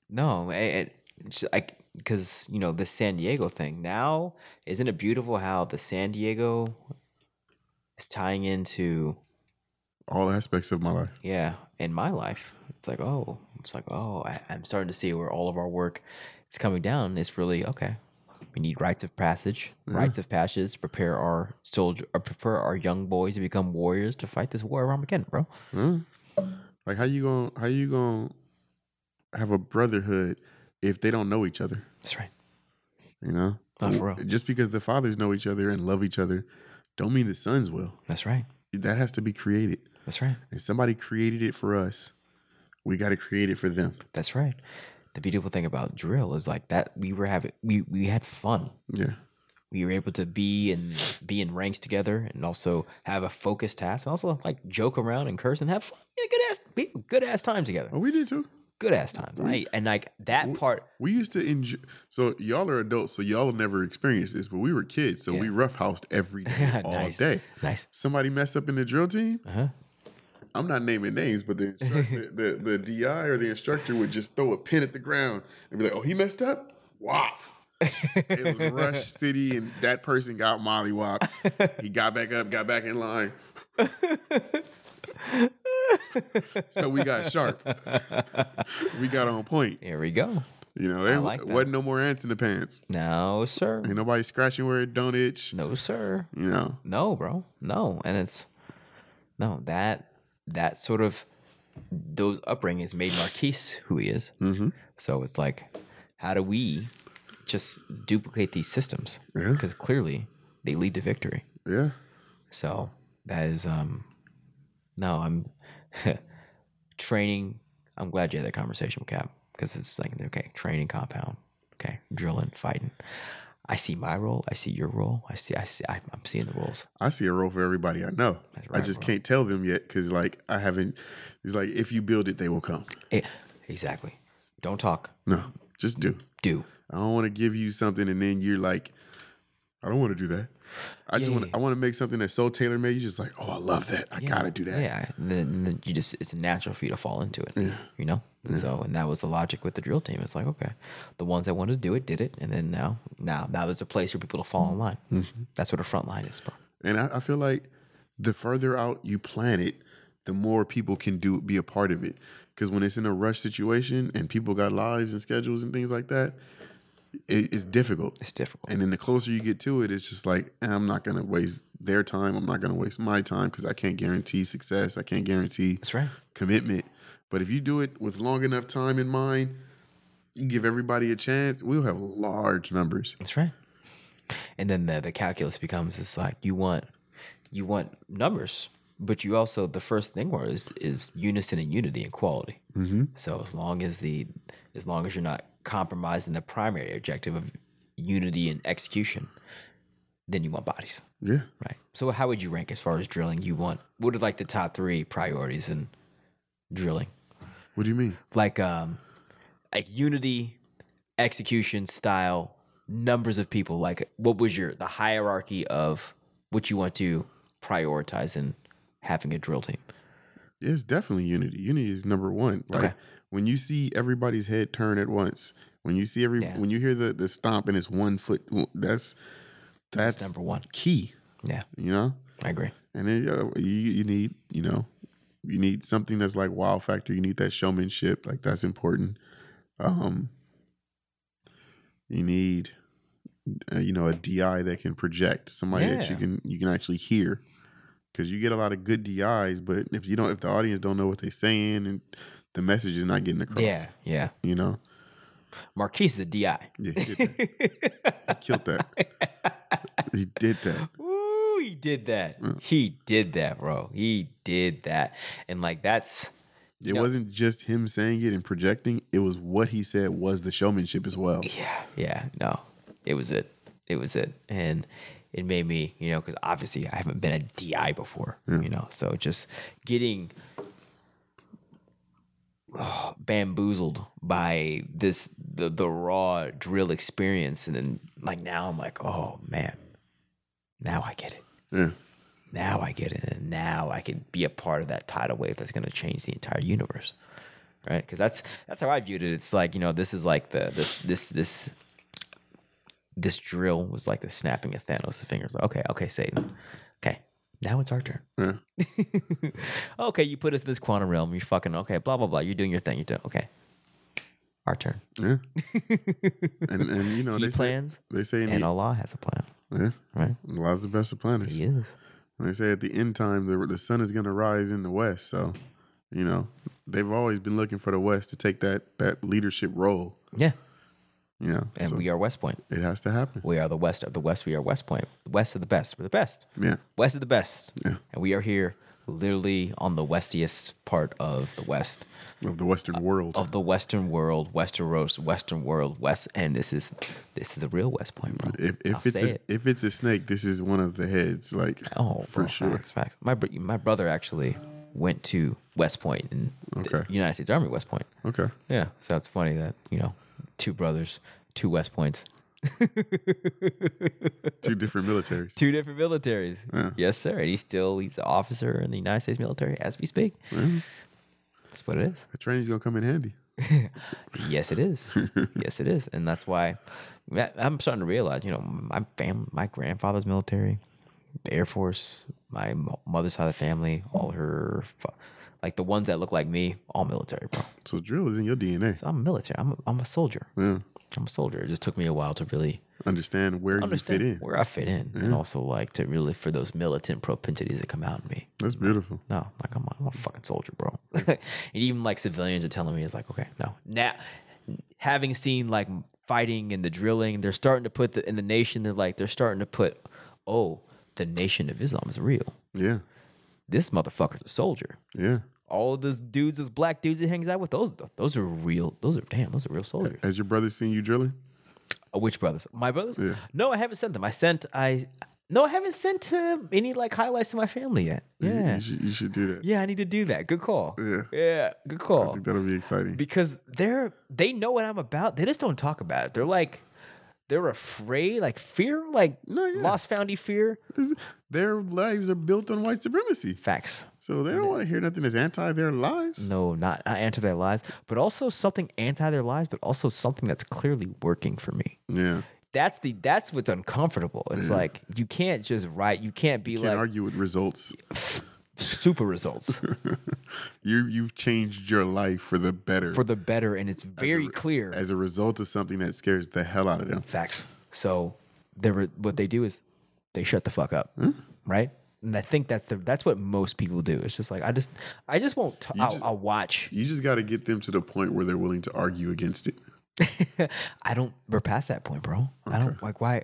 S3: No, it, it's like because you know the San Diego thing now isn't it beautiful how the San Diego is tying into
S2: all aspects of my life
S3: yeah in my life it's like oh it's like oh I, I'm starting to see where all of our work is coming down it's really okay we need rites of passage rites of passage to prepare our soldier or prepare our young boys to become warriors to fight this war of Armageddon bro Mm.
S2: like how you going how you going to have a brotherhood if they don't know each other
S3: that's right
S2: you know
S3: Not for real.
S2: just because the fathers know each other and love each other don't mean the sons will
S3: that's right
S2: that has to be created
S3: That's right.
S2: and somebody created it for us, we got to create it for them.
S3: That's right. The beautiful thing about drill is like that we were having we we had fun.
S2: Yeah.
S3: We were able to be and be in ranks together and also have a focused task and also like joke around and curse and have fun. Yeah, good ass we had good ass time together.
S2: Oh, we did too.
S3: Good ass times. I, and like that part
S2: We used to enjoy. So y'all are adults, so y'all never experienced this, but we were kids, so we roughhoused every
S3: *laughs*
S2: day, all
S3: Nice.
S2: day.
S3: nice.
S2: Somebody messed up in the drill team.
S3: Uh-huh.
S2: I'm not naming names, but the, instructor, the the DI or the instructor would just throw a pin at the ground and be like, "Oh, he messed up." Wow. it was
S3: *laughs*
S2: Rush City, and that person got mollywopped. He got back up, got back in
S3: *laughs*
S2: line. so we got
S3: *laughs*
S2: sharp. we got on point.
S3: Here we go.
S2: You know, there
S3: like that.
S2: wasn't no more ants in the pants.
S3: No, sir.
S2: Ain't nobody scratching where it don't itch.
S3: No, sir.
S2: You know,
S3: No, bro. No. And it's no, that that sort of those upbringings made Marquise who he is. Mm-hmm. So it's like, how do we just duplicate these systems?
S2: Yeah.
S3: Because clearly they lead to victory.
S2: yeah.
S3: So that is um no,
S1: *laughs*
S3: I'm training. I'm glad you had that conversation with Cap because it's like okay, training compound, okay, drilling, fighting. I see my role. I see your role. I see. I see. I, I'm seeing the roles.
S2: I see a role for everybody I know. I
S3: right,
S2: just
S3: bro.
S2: can't tell them yet because, like, I haven't. It's like if you build it, they will come.
S3: Eh, exactly. Don't talk.
S2: No, just do.
S3: Do.
S2: I don't want to give you something and then you're like, I don't want to do that. I just want. to I want to make something that's so tailor made. You're just like, oh, I love that. I gotta do that.
S1: Yeah, and then, and then you just it's natural for you to fall into it, you know. And So and that was the logic with the drill team. It's like okay, the ones that wanted to do it did it, and then now now now there's a place for people to fall in line. That's what a front line is, bro.
S2: And I, I feel like the further out you plan it, the more people can do be a part of it. Because when it's in a rush situation and people got lives and schedules and things like that, it, it's difficult.
S1: It's difficult.
S2: And then the closer you get to it, it's just like eh, I'm not gonna waste their time. I'm not gonna waste my time because I can't guarantee success. I can't guarantee
S1: That's right.
S2: commitment. But if you do it with long enough time in mind, you give everybody a chance. We'll have large numbers.
S1: That's right. And then the, the calculus becomes it's like you want you want numbers, but you also the first thing where is is unison and unity and quality. Mm-hmm. So as long as the as long as you're not compromising the primary objective of unity and execution, then you want bodies,
S2: Yeah.
S1: right? So how would you rank as far as drilling? You want what are like the top three priorities in drilling?
S2: What do you mean?
S1: like um like unity execution style numbers of people like what was your the hierarchy of what you want to prioritize in having a drill team
S2: Yeah, It's definitely unity. Unity is number one. Like
S1: Okay.
S2: when you see everybody's head turn at once, when you see every
S1: Yeah.
S2: when you hear the the stomp and it's one foot, that's that's,
S1: number one.
S2: key.
S1: yeah
S2: You know,
S1: i agree
S2: and then you, know, you you need you know you need something that's like wow factor. You need that showmanship. Like that's important. Um, you need uh, you know a DI that can project somebody that you
S1: Yeah.
S2: can you can actually hear because you get a lot of good DIs, but if you don't if the audience don't know what they're saying and the message is not getting across,
S1: yeah yeah
S2: you know,
S1: marquise is a di
S2: yeah, he did that. he killed that.
S1: *laughs*
S2: he did that.
S1: Ooh, he did that he did that bro he did that and like that's
S2: It wasn't just him saying it and projecting; it was what he said was the showmanship as
S1: *laughs*
S2: well.
S1: Yeah, yeah, no, it was it. It was it, and it made me, you know, because obviously I haven't been a DI before, you know, so just getting oh, bamboozled by this the the raw drill experience, and then like now I'm like, oh man, now I get it.
S2: Yeah.
S1: Now I get it, and now I can be a part of that tidal wave that's going to change the entire universe, right? Because that's that's how I viewed it. It's like you know, this is like the this this this this drill was like the snapping of Thanos' fingers. Like, okay, okay, Satan, okay, now it's our turn.
S2: Yeah.
S1: okay, you put us in this quantum realm. You're fucking okay. Blah blah blah. You're doing your thing. You're doing okay. Our turn. *laughs*
S2: Yeah. and, and you know
S1: He
S2: they
S1: plans,
S2: say they say in
S1: and
S2: the,
S1: Allah has a plan.
S2: yeah,
S1: Right?
S2: Allah's the best of planners.
S1: He is.
S2: And they say at the end time the, the sun is going to rise in the west. So, you know, they've always been looking for the west to take that that leadership role.
S1: Yeah,
S2: You know,
S1: and
S2: so
S1: we are West Point.
S2: it has to happen.
S1: We are the West of the West. We are West Point. West of the best. We're the best.
S2: Yeah.
S1: West of the best.
S2: Yeah.
S1: And we are here literally on the westiest part of the West,
S2: Of the Western world.
S1: uh, of the Western world, Western roast, Western world, West. And this is this is the real West Point, bro.
S2: if
S1: I'll
S2: if it's
S1: say
S2: a,
S1: it.
S2: if it's a snake, this is one of the heads. Like
S1: Oh,
S2: for
S1: bro,
S2: sure.
S1: Facts, facts. My, br- my brother actually went to West Point in the
S2: Okay.
S1: United States Army West Point.
S2: Okay.
S1: Yeah. So it's funny that, you know, two brothers, two West Points.
S2: Two different militaries.
S1: two different militaries. Yes, sir. And he's still he's an officer in the United States military as we speak. That's what it is.
S2: The training's going to come in handy.
S1: Yes, it is. yes, it is. And that's why that- I'm starting to realize, you know, my fam, my grandfather's military, the Air Force, my mo- mother's side of the family, all her, fa- like the ones that look like me, all military, bro.
S2: So drill is in your DNA.
S1: So I'm military. I'm a, I'm a soldier. I'm a soldier. It just took me a while to really
S2: Understand where
S1: understand
S2: you fit in.
S1: where I fit in, and also like to really for those militant propensities that come out in me.
S2: That's beautiful.
S1: No, like I'm, I'm a fucking soldier, bro. *laughs* and even like civilians are telling me, it's like, okay, no. Now, having seen like fighting and the drilling, they're starting to put the in the nation. They're like, they're starting to put, oh, the nation of Islam is real.
S2: Yeah.
S1: This motherfucker's a soldier.
S2: Yeah.
S1: All of those dudes, those black dudes he hangs out with, those those are real. Those are damn, those are real soldiers.
S2: Has your brother seen you drilling?
S1: Uh, Which brothers? My brothers?
S2: Yeah.
S1: No, I haven't sent them. I sent I. No, I haven't sent uh, any like highlights to my family yet.
S2: You- You,
S1: Yeah,
S2: should, you should do that.
S1: yeah, I need to do that. Good call.
S2: Yeah.
S1: yeah, good
S2: I
S1: call.
S2: think that'll be exciting.
S1: because they're they know what I'm about. They just don't talk about it. They're like they're afraid, like fear, like
S2: No, yeah.
S1: lost foundy fear.
S2: Their lives are built on white supremacy.
S1: Facts.
S2: So they don't want to hear nothing that's anti their lives.
S1: No, not, not anti their lives, but also something anti their lives, but also something that's clearly working for me.
S2: Yeah.
S1: That's the that's what's uncomfortable. It's like you can't just write. Mm. You can't be
S2: Can't
S1: like
S2: argue with results.
S1: super *laughs* results
S2: You you've changed your life for the better.
S1: for the better, and it's very clear.
S2: as a result of something that scares the hell out of them.
S1: Facts. So they were, what they do is they shut the fuck up, right? And I think that's the that's what most people do. It's just like I just I just won't. T- I'll,
S2: just-
S1: I'll watch.
S2: You just got to get them to the point where they're willing to argue against it.
S1: I don't. We're past that point, bro. I don't like why.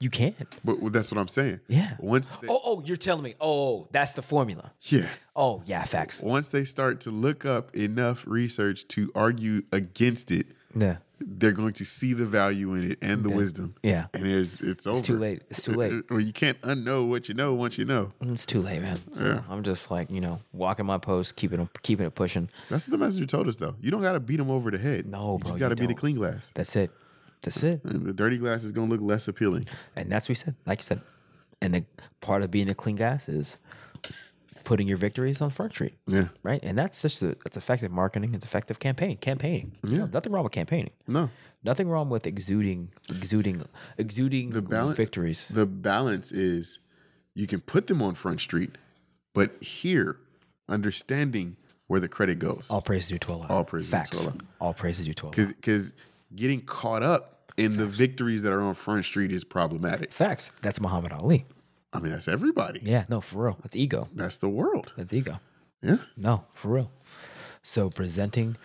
S1: You can't.
S2: But well, that's what I'm saying.
S1: Yeah.
S2: Once they,
S1: Oh, oh, you're telling me. Oh, that's the formula.
S2: yeah,
S1: Oh, yeah, facts.
S2: once they start to look up enough research to argue against it,
S1: Yeah.
S2: they're going to see the value in it and the wisdom.
S1: Yeah.
S2: And it's it's over.
S1: too late. It's too late.
S2: *laughs* Well, you can't unknow what you know once you know.
S1: It's too late, man. So I'm just like, you know, walking my post, keeping it, keeping it pushing.
S2: That's what the messenger told us, though. You don't got to beat them over the head.
S1: No, bro,
S2: you just
S1: you
S2: got to be the
S1: don't.
S2: clean glass.
S1: That's it. That's it.
S2: And the dirty glass is going to look less appealing.
S1: And that's what we said, like you said. And the part of being a clean glass is putting your victories on front street.
S2: Yeah.
S1: Right. And that's just a, it's effective marketing. It's effective campaign. Campaigning. Yeah. Nothing wrong with campaigning.
S2: No.
S1: Nothing wrong with exuding, exuding, exuding
S2: The balance
S1: victories.
S2: The balance is you can put them on front street, but here understanding where the credit goes.
S1: All praises due to Allah.
S2: All praises due to
S1: Oh, Facts.
S2: Allah.
S1: All praises due to Allah.
S2: Cuz cuz getting caught up in the victories that are on front street is problematic.
S1: Facts. That's Muhammad Ali.
S2: I mean, that's everybody.
S1: Yeah. No, for real. That's ego.
S2: That's the world.
S1: That's ego.
S2: Yeah.
S1: No, for real. So presenting,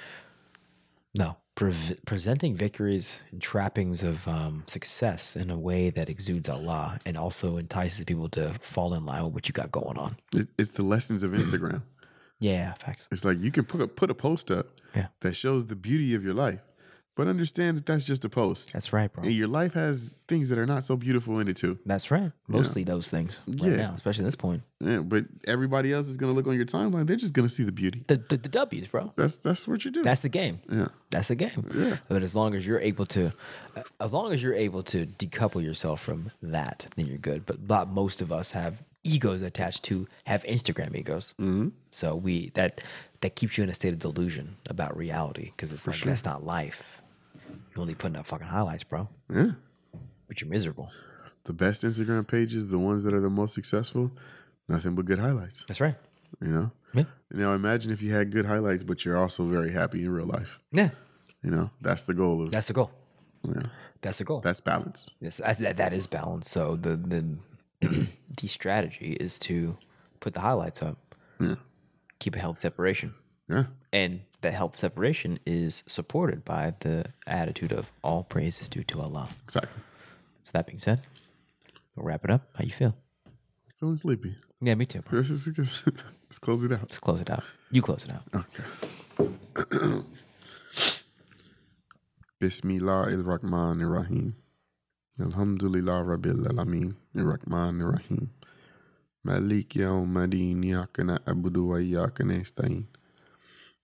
S1: no, pre- presenting victories and trappings of um, success in a way that exudes Allah and also entices people to fall in line with what you got going on.
S2: It- It's the lessons
S1: *clears throat*
S2: of Instagram.
S1: Yeah, facts.
S2: It's like you can put a, put a post up
S1: Yeah.
S2: that shows the beauty of your life, but understand that that's just a post.
S1: That's right, bro.
S2: and your life has things that are not so beautiful in it too.
S1: That's right. Mostly those things right
S2: Yeah.
S1: now, especially at this point.
S2: Yeah, but everybody else is gonna look on your timeline. They're just gonna see the beauty.
S1: The, the, the W's, bro.
S2: That's that's what you do.
S1: That's the game.
S2: yeah.
S1: That's the game. But as long as you're able to, as long as you're able to decouple yourself from that, then you're good. But not most of us have egos attached to have Instagram egos. Mm-hmm. So we that that keeps you in a state of delusion about reality because it's like that's not life. You're only putting up fucking highlights, bro.
S2: Yeah.
S1: But you're miserable.
S2: The best Instagram pages, the ones that are the most successful, nothing but good highlights.
S1: That's right.
S2: You know.
S1: Yeah.
S2: Now imagine if you had good highlights, but you're also very happy in real life.
S1: Yeah.
S2: You know, that's the goal of
S1: That's the goal.
S2: yeah.
S1: That's the goal.
S2: that's balance.
S1: Yes, that, that, that is balanced. So the *clears throat* the the strategy is to put the highlights up, keep a health separation,
S2: Yeah.
S1: and that health separation is supported by the attitude of all praise is due to Allah.
S2: Exactly.
S1: So that being said, we'll wrap it up. How you feel?
S2: Feeling sleepy. *laughs*
S1: Yeah, me too. Bro.
S2: This is just, let's close it out.
S1: Let's close it out. You close it out.
S2: Okay. *clears throat* Bismillah ar-Rahman ar-Rahim. Alhamdulillah Rabbil Alameen. Ar-Rahman ar-Rahim. Malik yawmadin iyyaka na'budu wa iyyaka nasta'in.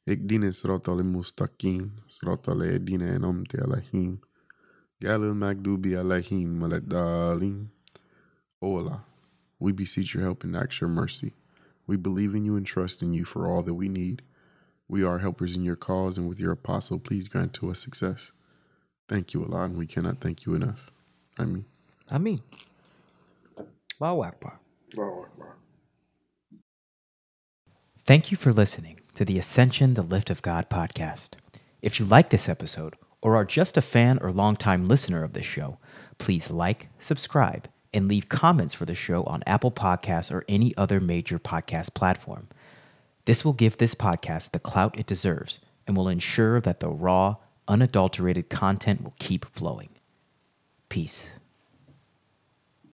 S2: Ihdina siratal mustaqim, siratal ladina an'amta alaihim, ghayril maghdubi alaihim waladdallin. O Allah, we beseech your help and ask your mercy. We believe in you and trust in you for all that we need. We are helpers in your cause, and with your apostle, please grant to us success. Thank you, Allah, and we cannot thank you enough. I mean,
S1: I mean, Allahu Akbar.
S3: Thank you for listening to the Ascension, the Lift of God podcast. If you like this episode or are just a fan or longtime listener of this show, please like, subscribe, and leave comments for the show on Apple Podcasts or any other major podcast platform. This will give this podcast the clout it deserves and will ensure that the raw, unadulterated content will keep flowing. Peace.